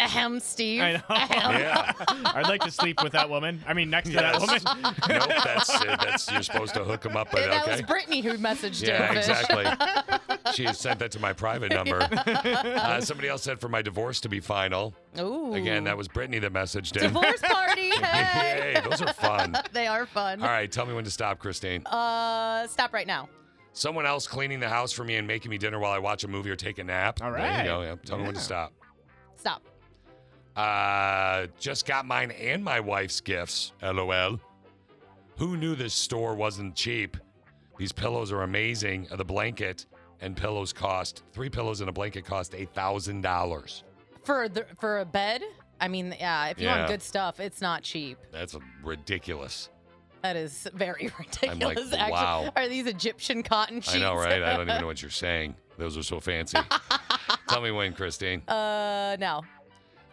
Ahem, Steve. I know. Ahem. [LAUGHS] Yeah. I'd like to sleep with that woman. I mean, next Yes. to that [LAUGHS] woman. nope, that's it. That's you're supposed to hook them up, but That was okay. Brittany who messaged Yeah, him. Fish. exactly. [LAUGHS] She has sent that to my private number. Uh, somebody else said for my divorce to be final. Ooh. Again, that was Brittany that messaged in. Divorce party. Hey. Yay, those are fun. [LAUGHS] They are fun. [LAUGHS] All right, tell me when to stop, Christine. Uh, stop right now. Someone else cleaning the house for me and making me dinner while I watch a movie or take a nap. All There right. you go. Yep. Tell me when to Yeah. stop. Stop. Uh, just got mine and my wife's gifts. LOL. Who knew this store wasn't cheap? These pillows are amazing. The blanket and pillows cost three pillows and a blanket cost eight thousand dollars. For the, for a bed, I mean, yeah, if you Yeah. want good stuff, it's not cheap. That's ridiculous. That is very [LAUGHS] I'm like, ridiculous. actually. wow. Are these Egyptian cotton sheets? I know, right? I [LAUGHS] don't even know what you're saying. Those are so fancy. Tell me when, Christine. Uh, no.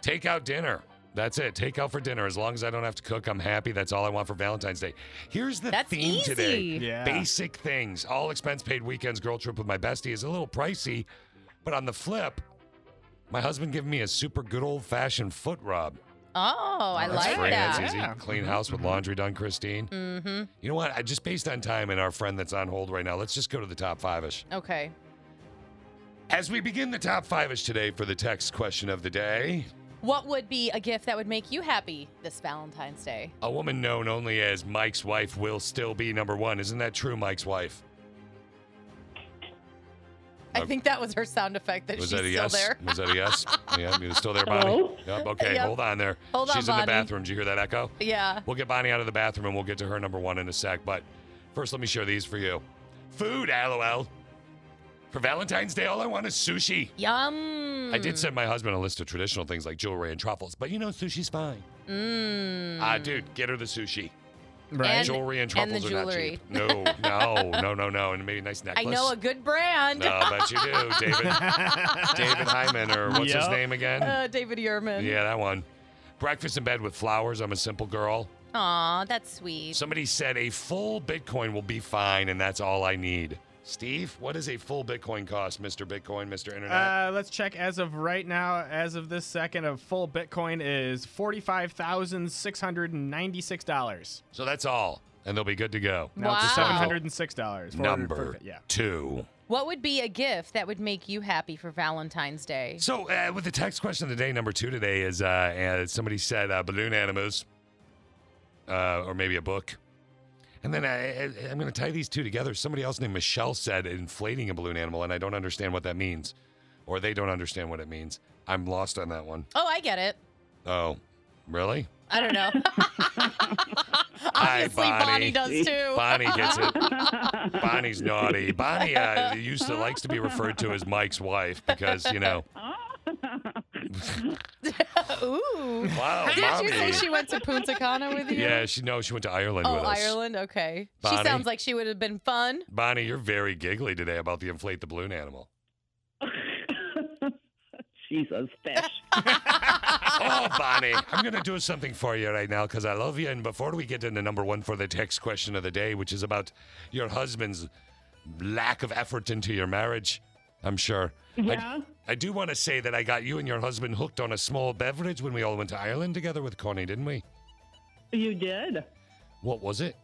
Take out dinner. That's it. Take out for dinner. As long as I don't have to cook, I'm happy. That's all I want for Valentine's Day. Here's the That's theme today. easy. Yeah. Basic things. All expense paid weekends girl trip with my bestie is a little pricey, but on the flip, my husband giving me a super good old fashioned foot rub. Oh, I That's like free. that. That's easy. Clean house with laundry done, Christine. Mm-hmm. You know what? I just based on time and our friend that's on hold right now, let's just go to the top five ish. Okay. As we begin the top five ish today for the text question of the day, What would be a gift that would make you happy this Valentine's Day? a woman known only as Mike's wife will still be number one. Isn't that true, Mike's wife? I think that was her sound effect that Uh, Was she's that a still yes? there. Was that a [LAUGHS] yes? yeah, you're still there, Bonnie. Hello? Yep, okay, Yep. hold on there. Hold on, She's in the Bonnie. bathroom. Did you hear that echo? Yeah. We'll get Bonnie out of the bathroom and we'll get to her number one in a sec. But first, let me share these for you. Food, lol. For Valentine's Day, all I want is sushi. Yum. I did send my husband a list of traditional things like jewelry and truffles, but you know, sushi's fine. Mm. Ah, dude, get her the sushi. Right. And- jewelry and and truffles the are not cheap. No, [LAUGHS] no, no, no, no. And maybe a nice I necklace. know a good brand. No, I bet you [LAUGHS] do, David. David Hyman, or what's his Yup. name again? Uh, David Yerman. Yeah, that one. Breakfast in bed with flowers. I'm a simple girl. Aw, that's sweet. Somebody said a full Bitcoin will be fine, and that's all I need. Steve, what does a full Bitcoin cost, Mr. Bitcoin, Mr. Internet? Uh, let's check as of right now, as of this second, a full Bitcoin is $45,696. so that's all, and they'll be good to go. Now it's Wow. $706. for- Number for- yeah. two. What would be a gift that would make you happy for Valentine's Day? So, uh, with the text question of the day, number two today is uh, uh, somebody said uh, balloon animals, uh, or maybe a book. And then I, I, I'm going to tie these two together. Somebody else named Michelle said inflating a balloon animal, and I don't understand what that means, or they don't understand what it means. I'm lost on that one. Oh, I get it. Oh, really? I don't know. [LAUGHS] Obviously, Bonnie does too. [LAUGHS] Bonnie gets [LAUGHS] it. Bonnie's naughty. Bonnie uh, used to likes to be referred to as Mike's wife because you [LAUGHS] know. [LAUGHS] Ooh. Wow, Did mommy. you say she went to Punta Cana with you? Yeah, she no, she went to Ireland Oh, with us. Ireland. Okay. She Bonnie. sounds like she would have been fun. Bonnie, you're very giggly today about the inflate the balloon animal. Jesus, fish. Oh, Bonnie, I'm going to do something for you right now because I love you. And before we get into number one for the text question of the day, which is about your husband's lack of effort into your marriage, I'm sure. I- Yeah. I, do want to say that I got you and your husband hooked on a small beverage when we all went to Ireland together with Connie, didn't we? You did. What was it?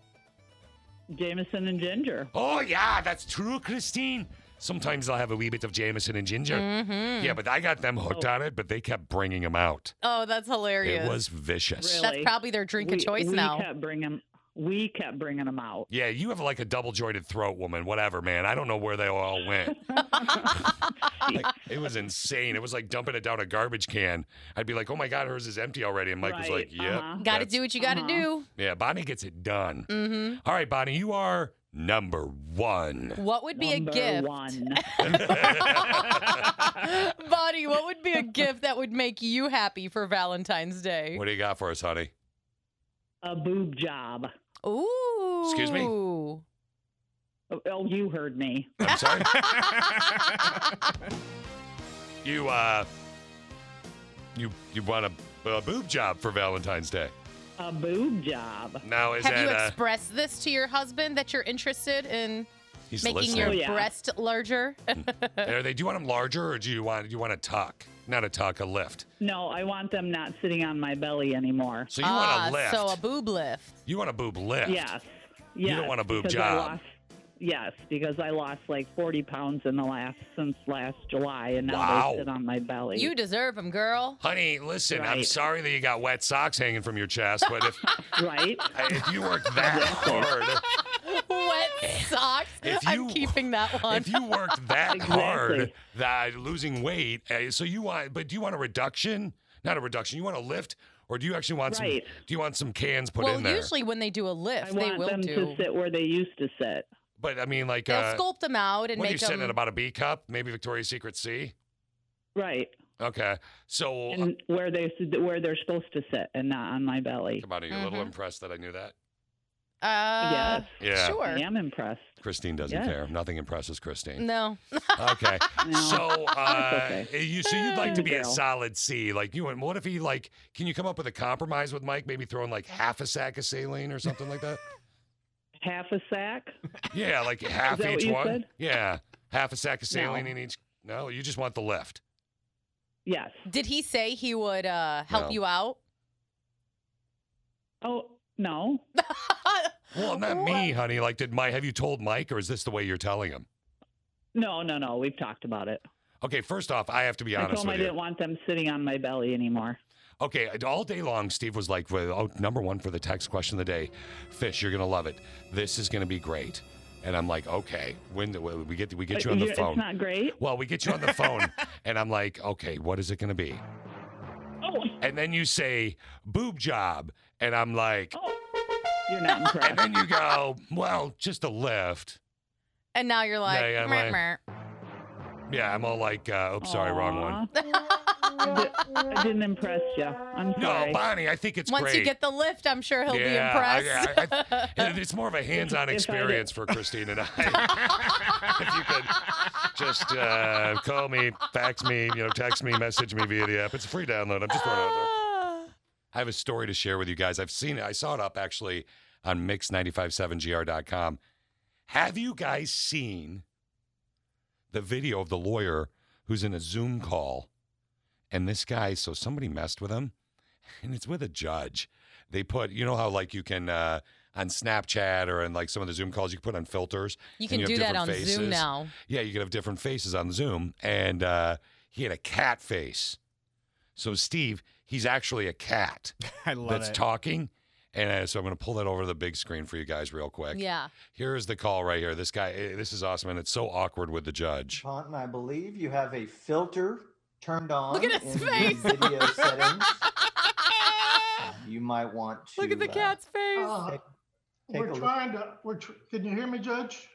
Jameson and Ginger. Oh, yeah, that's true, Christine. Sometimes I'll have a wee bit of Jameson and ginger. Mhm. Yeah, but I got them hooked on it, but they kept bringing them out. [LAUGHS] Oh, that's hilarious. It was vicious. That's probably their drink we, of choice we now. Kept bringing, we kept bringing them out. Yeah, you have like a double jointed throat, woman. Whatever, man. I don't know where they all [LAUGHS] went. Like, it was insane. It was like dumping it down a garbage can. I'd be like, oh my God, hers is empty already. And Mike was like, Right, yep. uh-huh. Got to that's- do what you got to Yeah, Bonnie gets it done. do. Mm-hmm. All right, Bonnie, you are number one. What would be Number a gift? [LAUGHS] Bonnie, what would be a gift that would make you happy for Valentine's Day? What do you got for us, honey? A boob job. Ooh. Excuse me? Oh, Oh, you heard me. I'm sorry. you, uh, you, you want a, a boob job for Valentine's Day. [LAUGHS] A boob job. Now, is Have that you uh, expressed this to your husband that you're interested in He's making listening. your Oh, yeah. breast larger? Are they? Do you want them larger, or do you want you want a tuck? Not a tuck, a lift. No, I want them not sitting on my belly anymore. So you want a lift? Ah, so a boob lift. you want a boob lift? Yes. You yes. don't want a boob because I job. lost- yes, because I lost like 40 pounds in the last since last July, and now Wow. they sit on my belly. You deserve them, [LAUGHS] girl. Honey, listen. I'm Right. sorry that you got wet socks hanging from your chest, but if [LAUGHS] right? if you worked that hard, Wet socks. If I'm you- keeping that [LAUGHS] one. if you worked [LAUGHS] that Exactly. hard, that losing weight. Uh, so you want, but do you want a reduction? Not a reduction. You want a lift, or do you actually want Right. some? Do you want some cans put well, in there? usually when they do a lift, I they want will them do. to sit where they used to sit. but I mean, like, They'll uh, sculpt them out and what are you make them. sitting at about a B cup? Maybe Victoria's Secret C. Right. Okay, so And where they where they're supposed to sit and not on my belly. Mm-hmm. Come on, are you a little impressed that I knew that? Uh, Yeah. Sure. I am impressed. Christine doesn't Yeah. care. Nothing impresses Christine. [LAUGHS] No. Okay. So, [LAUGHS] uh, you so you'd like She's to a be a girl. solid C, like you. And what if he like? Can you come up with a compromise with Mike? Maybe throwing like half a sack of saline or something like [LAUGHS] that. [LAUGHS] Half a sack. Yeah, like half that what each you one. said? Yeah, half a sack of saline No. in each. No, you just want the left. Yes. [LAUGHS] Did he say he would uh, help No. you out? Oh no. Well, not me, honey. Like, did Mike? Have you told Mike, or is this the way you're telling him? No, no, no. We've talked about it. Okay, first off, I have to be I honest told him I with you. didn't want them sitting on my belly anymore. Okay, all day long, Steve was like, well, oh, number one for the text question of the day, fish, you're gonna love it. This is gonna be great. And I'm like, okay, when do we get we get you on Uh, the it's phone? not great. Well, we get you on the [LAUGHS] phone, and I'm like, okay, what is it gonna be? Oh. And then you say boob job, and I'm like, Oh. You're not impressed. and then you go, well, just a lift. And now you're like, yeah, "Mer, my- mer." Yeah, I'm all like, uh, oops, sorry, wrong one. I didn't impress you. I'm No, sorry. Bonnie, I think it's once great. you get the lift, I'm sure he'll Yeah, be I- impressed. [LAUGHS] And it's more of a hands-on If I experience for Christine [LAUGHS] and I. [LAUGHS] if you could just uh, call me, fax me, you know, text me, message me via the app. It's a free download. I'm just throwing it out there. Ah. I have a story to share with you guys. I've seen it. I saw it up actually on mix957gr.com. Have you guys seen the video of the lawyer who's in a Zoom call? And this guy, so somebody messed with him, [LAUGHS] and it's with a judge. They put, you know how like you can uh, on Snapchat or in like some of the Zoom calls, you can put on filters. You and can have do that different on Zoom now. Yeah, you can have different faces on Zoom. And uh, he had a cat face. So Steve, he's actually a cat [LAUGHS] I love that's it. talking. And uh, so I'm going to pull that over to the big screen for you guys real quick. yeah. Here is the call right here. This guy, eh, this is awesome, and it's so awkward with the judge. Ponton, I believe you have a filter turned on Look at his in face. your [LAUGHS] video settings. Uh, you might want to Look at the uh, cat's face. take Oh, a We're look. trying to, we're, tr- can you hear me, Judge?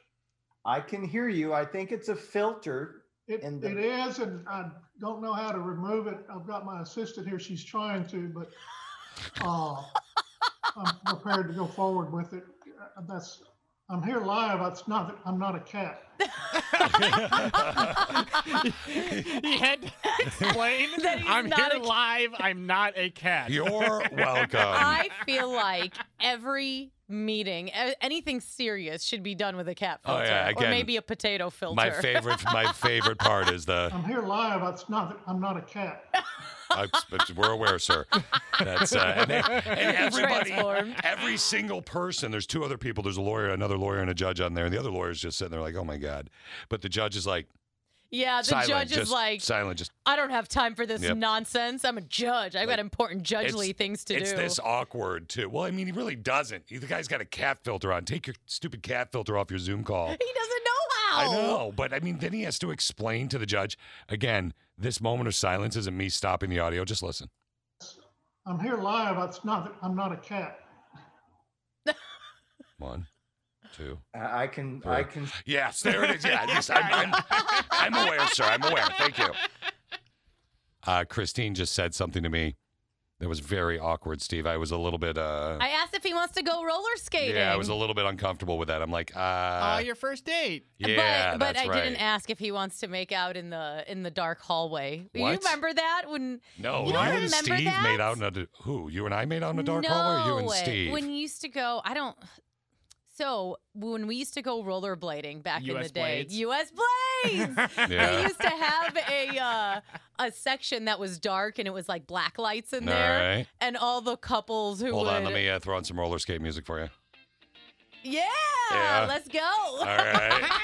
I can hear you. I think it's a filter. It, in the, it is, and I don't know how to remove it. I've got my assistant here. She's trying to, but, [LAUGHS] uh, I'm prepared to go forward with it. Uh, That's, I'm here live. It's not, that- I'm not a [LAUGHS] cat. he had to [LAUGHS] explain that he's [LAUGHS] I'm not [LAUGHS] here live. I'm not a [LAUGHS] cat. [LAUGHS] You're welcome. I feel like every meeting, a- anything serious, should be done with a cat Oh, filter, yeah, or again, maybe a potato filter. [LAUGHS] My favorite, my favorite part is the. I'm here live. It's not, that- I'm not a cat. I, but we're aware, sir. That's uh, and, they- and everybody, Transform. every single person. There's two other people. There's a lawyer, another lawyer, and a judge on there. And the other lawyer's just sitting there like, oh my god. But the judge is like, yeah, Uh, the silent, judge is just like, silent, just I don't have time for this Yep. nonsense. I'm a judge. I've got important judgely it's- things to it's do. this awkward too. Well, I mean, he really doesn't. He- The guy's got a cat filter on. Take your stupid cat filter off your Zoom call. He doesn't know how. I know, but I mean, then he has to explain to the judge again. This moment of silence isn't me stopping the audio. Just listen. I'm here live. It's not, that- I'm not a cat. One, two. I I can. I Three. can. Yes, there it is. [LAUGHS] [LAUGHS] Yeah, yes, I'm, I'm, I'm aware, sir. I'm aware. Thank you. Uh, Christine just said something to me that was very awkward, Steve. I was a little bit. Uh, I asked if he wants to go roller skating. yeah, I was a little bit uncomfortable with that. I'm like, uh, Oh, your first date. yeah, but, but that's I right. didn't ask if he wants to make out in the in the dark hallway. You What? remember that when No, you, don't and remember Steve that? made out in a who? You and I made out in a dark no, hallway. Or you and Steve. when you used to go, I don't. So when we used to go rollerblading back in US the day, Blades? U.S. Blades, [LAUGHS] Yeah. they used to have a uh, a section that was dark and it was like black lights in All there, right. and all the couples who Hold would, on, let me uh, throw on some roller skate music for you. yeah, Yeah. let's go. All right. [LAUGHS]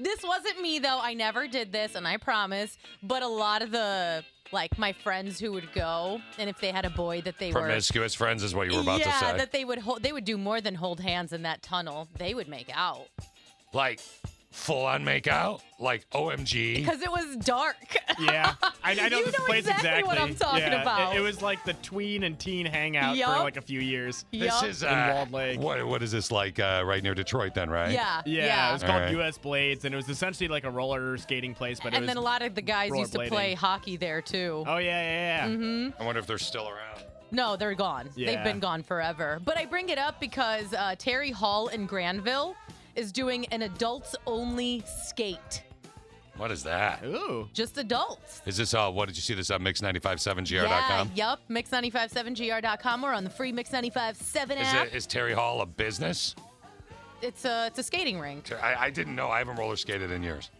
This wasn't me though. I never did this, and I promise. But a lot of the like my friends who would go, and if they had a boy that they were Promiscuous friends is what you were about yeah, to say. that they would hold, they would do more than hold hands in that tunnel. They would make out like full on make out, like OMG. because it was dark. [LAUGHS] [LAUGHS] Yeah, I, I know You this know place exactly what I'm talking Yeah, it- about. It, was like the tween and teen hangout Yup. for like a few [LAUGHS] years. This Yup. This is in uh, Walled Lake. What what is this like uh, right near Detroit then, right? Yeah, Yeah, yeah. it was called All right. U.S. Blades, and it was essentially like a roller skating place. But it and was then a lot of the guys used to rollerblading. play hockey there too. Oh yeah, yeah, yeah. Mm-hmm. I wonder if they're still around. No, they're gone. Yeah. They've been gone forever. But I bring it up because uh, Terry Hall in Granville is doing an adults only skate. What is that? Ooh. Just adults. Is this all? What did you see this on Yeah, mix957gr.com? yup. Mix957gr.com or on the free Mix957 Is, app. it, is Terry Hall a business? It's a, it's a skating rink. Ter- I, I didn't know. I haven't roller skated in years.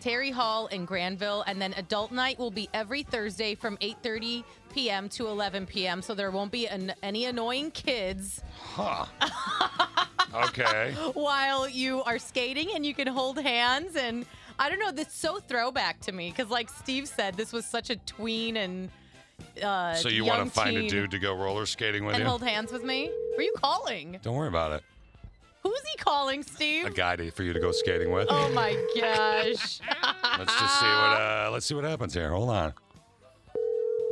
Terry Hall in Granville, and then Adult Night will be every Thursday from 8:30 p.m. to 11 p.m. So there won't be an, any annoying kids [LAUGHS] Huh. okay. while you are skating, and you can hold hands. And I don't know, that's so throwback to me because, like Steve said, this was such a tween and uh, So you young want to find a teen dude to go roller skating with and you? hold hands with me? Were you calling? Don't worry about it. Who's he [LAUGHS] calling, Steve? A guy to, for you to go skating with. Oh my gosh! [LAUGHS] Let's just see what uh, let's see what happens here. Hold on.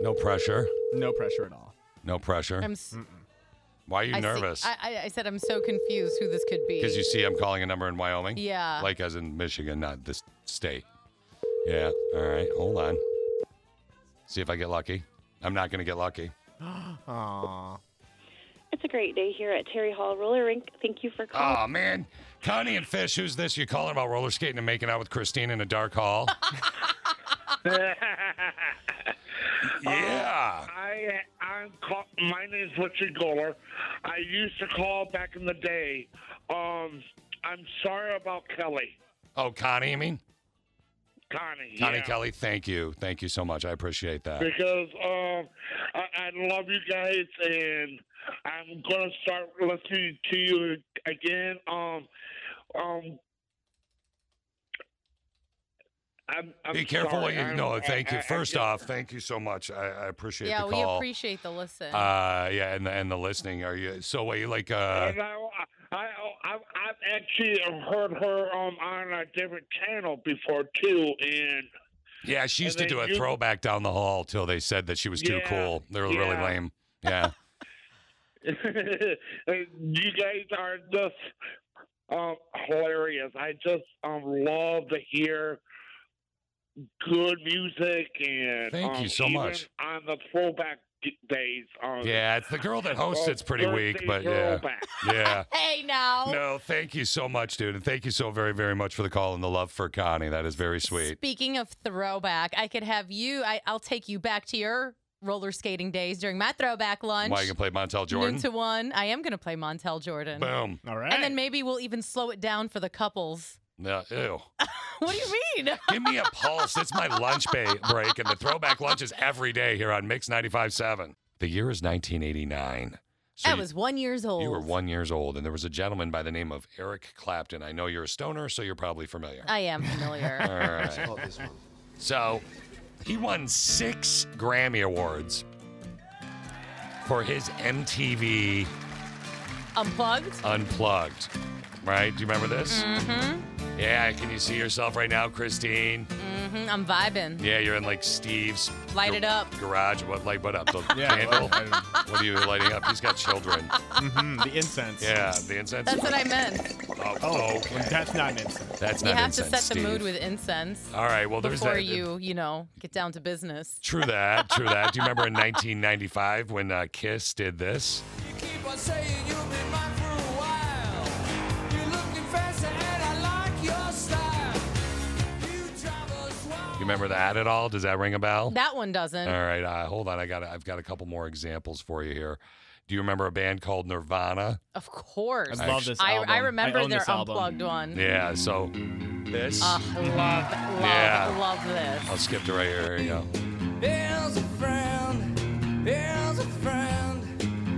No pressure. [LAUGHS] No pressure [LAUGHS] at all. No pressure. I'm s- Why are you I see- nervous? I, I, I said I'm so confused who this could be. Because you see, I'm calling a number in Wyoming. Yeah. Like as in Michigan, not this state. Yeah. All right. Hold on. See if I get lucky. I'm not going to get lucky. Aww. It's a great day here at Terry Hall Roller Rink. Thank you for calling. Oh man, Connie and Fish, who's this? You're calling about roller skating and making out with Christine in a dark hall? yeah. I I'm call, my name's Richard Goller. I used to call back in the day. Um, I'm sorry about Kelly, Oh, Connie, I mean Connie. Connie yeah. Kelly. Thank you, thank you so much. I appreciate that. Because um, I, I love you guys, and I'm gonna start listening to you again. Um, um. I'm, I'm Be careful what sorry. you I'm- know. Thank you. I- I- First I- off, thank you so much. I, I appreciate yeah, the we call. appreciate the listen. uh, yeah, and the and the listening. Are you so? Wait, like uh, And I, I, I, I've actually heard her um, on a different channel before too, and [LAUGHS] yeah, she used to and do then a you- throwback down the hall till they said that she was too Yeah, cool. They were really yeah. lame. [LAUGHS] Yeah. you guys are just um, hilarious. I just um, love to hear good music and Thank you um, so even much. on the throwback d- days. Um, Yeah, it's the girl that hosts [LAUGHS] Oh, it's pretty weak, birthday but yeah. throwback. Yeah. [LAUGHS] hey now. No, thank you so much, dude. And thank you so very, very much for the call and the love for Connie. That is very sweet. Speaking of throwback, I could have you. I, I'll take you back to your roller skating days during my throwback lunch. Why you can play Montel Jordan? Noon to one. I am gonna play Montel Jordan. Boom. All And then maybe we'll even slow it down for the couples. No, ew. [LAUGHS] What do you mean? [LAUGHS] Give me a pulse. It's my lunch ba- break, and the throwback lunch is every day here on Mix 95.7. The year is 1989. So I you- was one years old. You were one years old, and there was a gentleman by the name of Eric Clapton. I know you're a stoner, so you're probably familiar. I am familiar. [LAUGHS] All right. So he won six Grammy Awards for his MTV Unplugged. Unplugged. Right? Do you remember this? Mm-hmm. Yeah, can you see yourself right now, Christine? Mm-hmm. I'm vibing. Yeah, you're in like Steve's Light it up. garage. What light but up? The [LAUGHS] Yeah, candle? well, I- what are you lighting up? He's got children. Mm-hmm. The [LAUGHS] incense. Yeah, the incense. That's what I meant. Oh, Oh, okay. that's not an incense. That's You not have to incense, set the Steve. mood with incense. All right, well, there's before that- you, you know, get down to business. True that. True that. Do you [LAUGHS] remember in 1995 when uh, Kiss did this? Keep on saying you've been mine for a while. You're looking fancy and I like your style. You drive us wild. You remember that at all? Does that ring a bell? That one doesn't. All right, uh, hold on. I got. I've got a couple more examples for you here. Do you remember a band called Nirvana? Of course. I love this I, I album. remember I own their this album. unplugged one. Yeah. So this. Ugh, I love, love, Yeah. love this. I'll skip to right here. Here you go. There's a friend. There's a friend.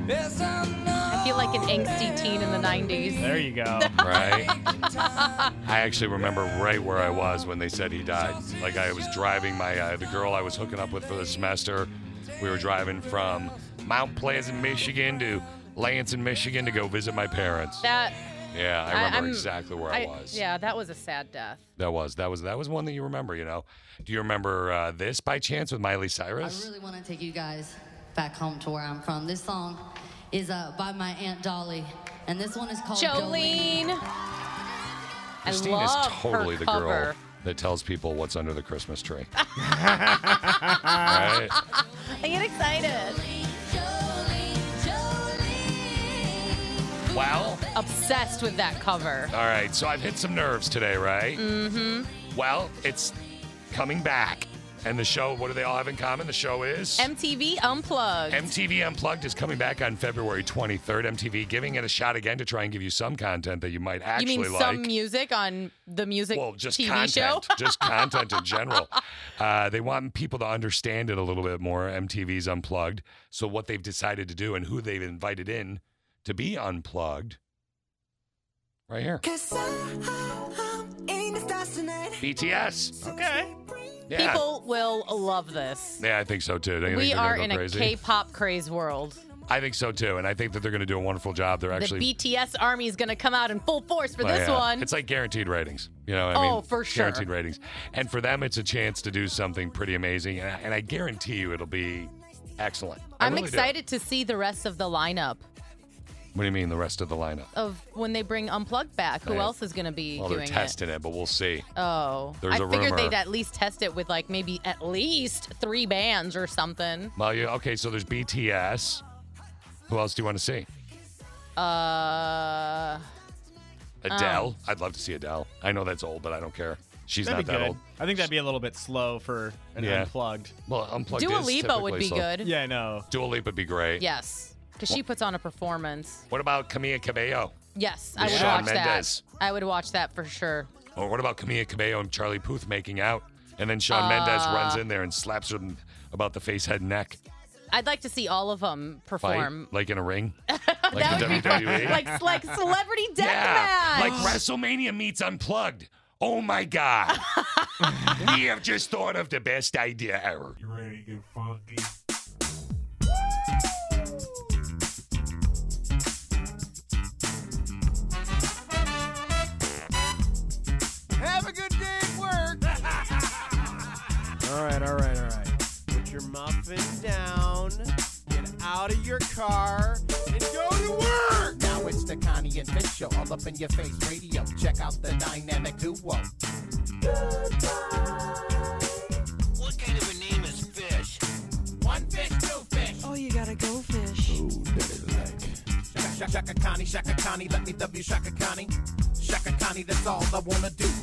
There's I feel like an angsty teen in the 90s. There [LAUGHS] you go. Right. I actually remember right where I was when they said he died. Like I was driving my uh, the girl I was hooking up with for the semester. We were driving from Mount Pleasant, Michigan, to Lansing, Michigan, to go visit my parents. That Yeah, I I- remember I'm- exactly where I, was. Yeah, that was a [LAUGHS] sad death. That was that was that was one that you remember. You know, do you remember uh, this by chance with Miley Cyrus? I really want to take you guys back home to where I'm from. This song is uh, by my Aunt Dolly, and this one is called Jolene. Christine I love is totally her the girl cover. that tells people what's under the [LAUGHS] Christmas tree. right? I get excited. Well, Obsessed with that cover. all right. So I've hit some nerves today, right? Mm-hmm. Well, it's coming back. And the show, what do they all have in common? The show is? MTV Unplugged. MTV Unplugged is coming back on February 23rd. MTV giving it a shot again to try and give you some content that you might actually you mean like. some music on the music well, just TV content, show? [LAUGHS] just content in [LAUGHS] general. Uh, they want people to understand it a little bit more. MTV's Unplugged. So what they've decided to do and who they've invited in to be unplugged, right here. BTS. Okay. Yeah. People will love this. Yeah, I think so too. They we think they're are gonna in go a crazy. K-pop craze world. I think so too, and I think that they're going to do a wonderful job. They're actually the BTS army is going to come out in full force for But, this yeah, one. It's like guaranteed ratings. You know, what I Oh, mean, for sure. guaranteed ratings. And for them, it's a chance to do something pretty amazing, and I, and I guarantee you it'll be excellent. I I'm really do. excited to see the rest of the lineup What do you mean the rest of the lineup? of when they bring Unplugged back. Who Yeah. else is going to be well, they're doing testing it. but we'll see. it? Oh, There's I a figured rumor. they'd at least test it with like maybe at least three bands or something. Well, you okay? So there's BTS. Who else do you want to see? Uh, Um, Adele. I'd love to see Adele. I know that's old, but I don't care. She's That'd not be that good. old. I think that'd be a little bit slow for an Yeah. unplugged. Well, unplugged. Dua is Lipa would typically be slow. good. Yeah, I know. Dua Lipa would be great. yes, because she puts on a performance. What about Camila Cabello? Yes, I With would Shawn watch Mendes. that. I would watch that for sure. Or Oh, what about Camila Cabello and Charlie Puth making out, and then Sean Mendes Uh, runs in there and slaps him about the face, head, and neck I'd like to see all of them fight, perform. like in a ring, [LAUGHS] That like the would be fun. WWE, like like [LAUGHS] celebrity deathmatch. yeah, like WrestleMania meets Unplugged. Oh my [LAUGHS] God! we have just thought of the best idea ever. You ready to get funky? Have a good day at work. All right, all right, all right. Put your muffin down, get out of your car, and go to work! Now it's the Connie and Fish show, all up in your face radio. Check out the dynamic duo. What kind of a name is Fish? One fish, two fish. Oh, you gotta go fish. Ooh, dirty like. Shaka, shaka, shaka, Connie, shaka, Connie, let me W, shaka, Connie. Shaka, Connie, that's all I wanna do.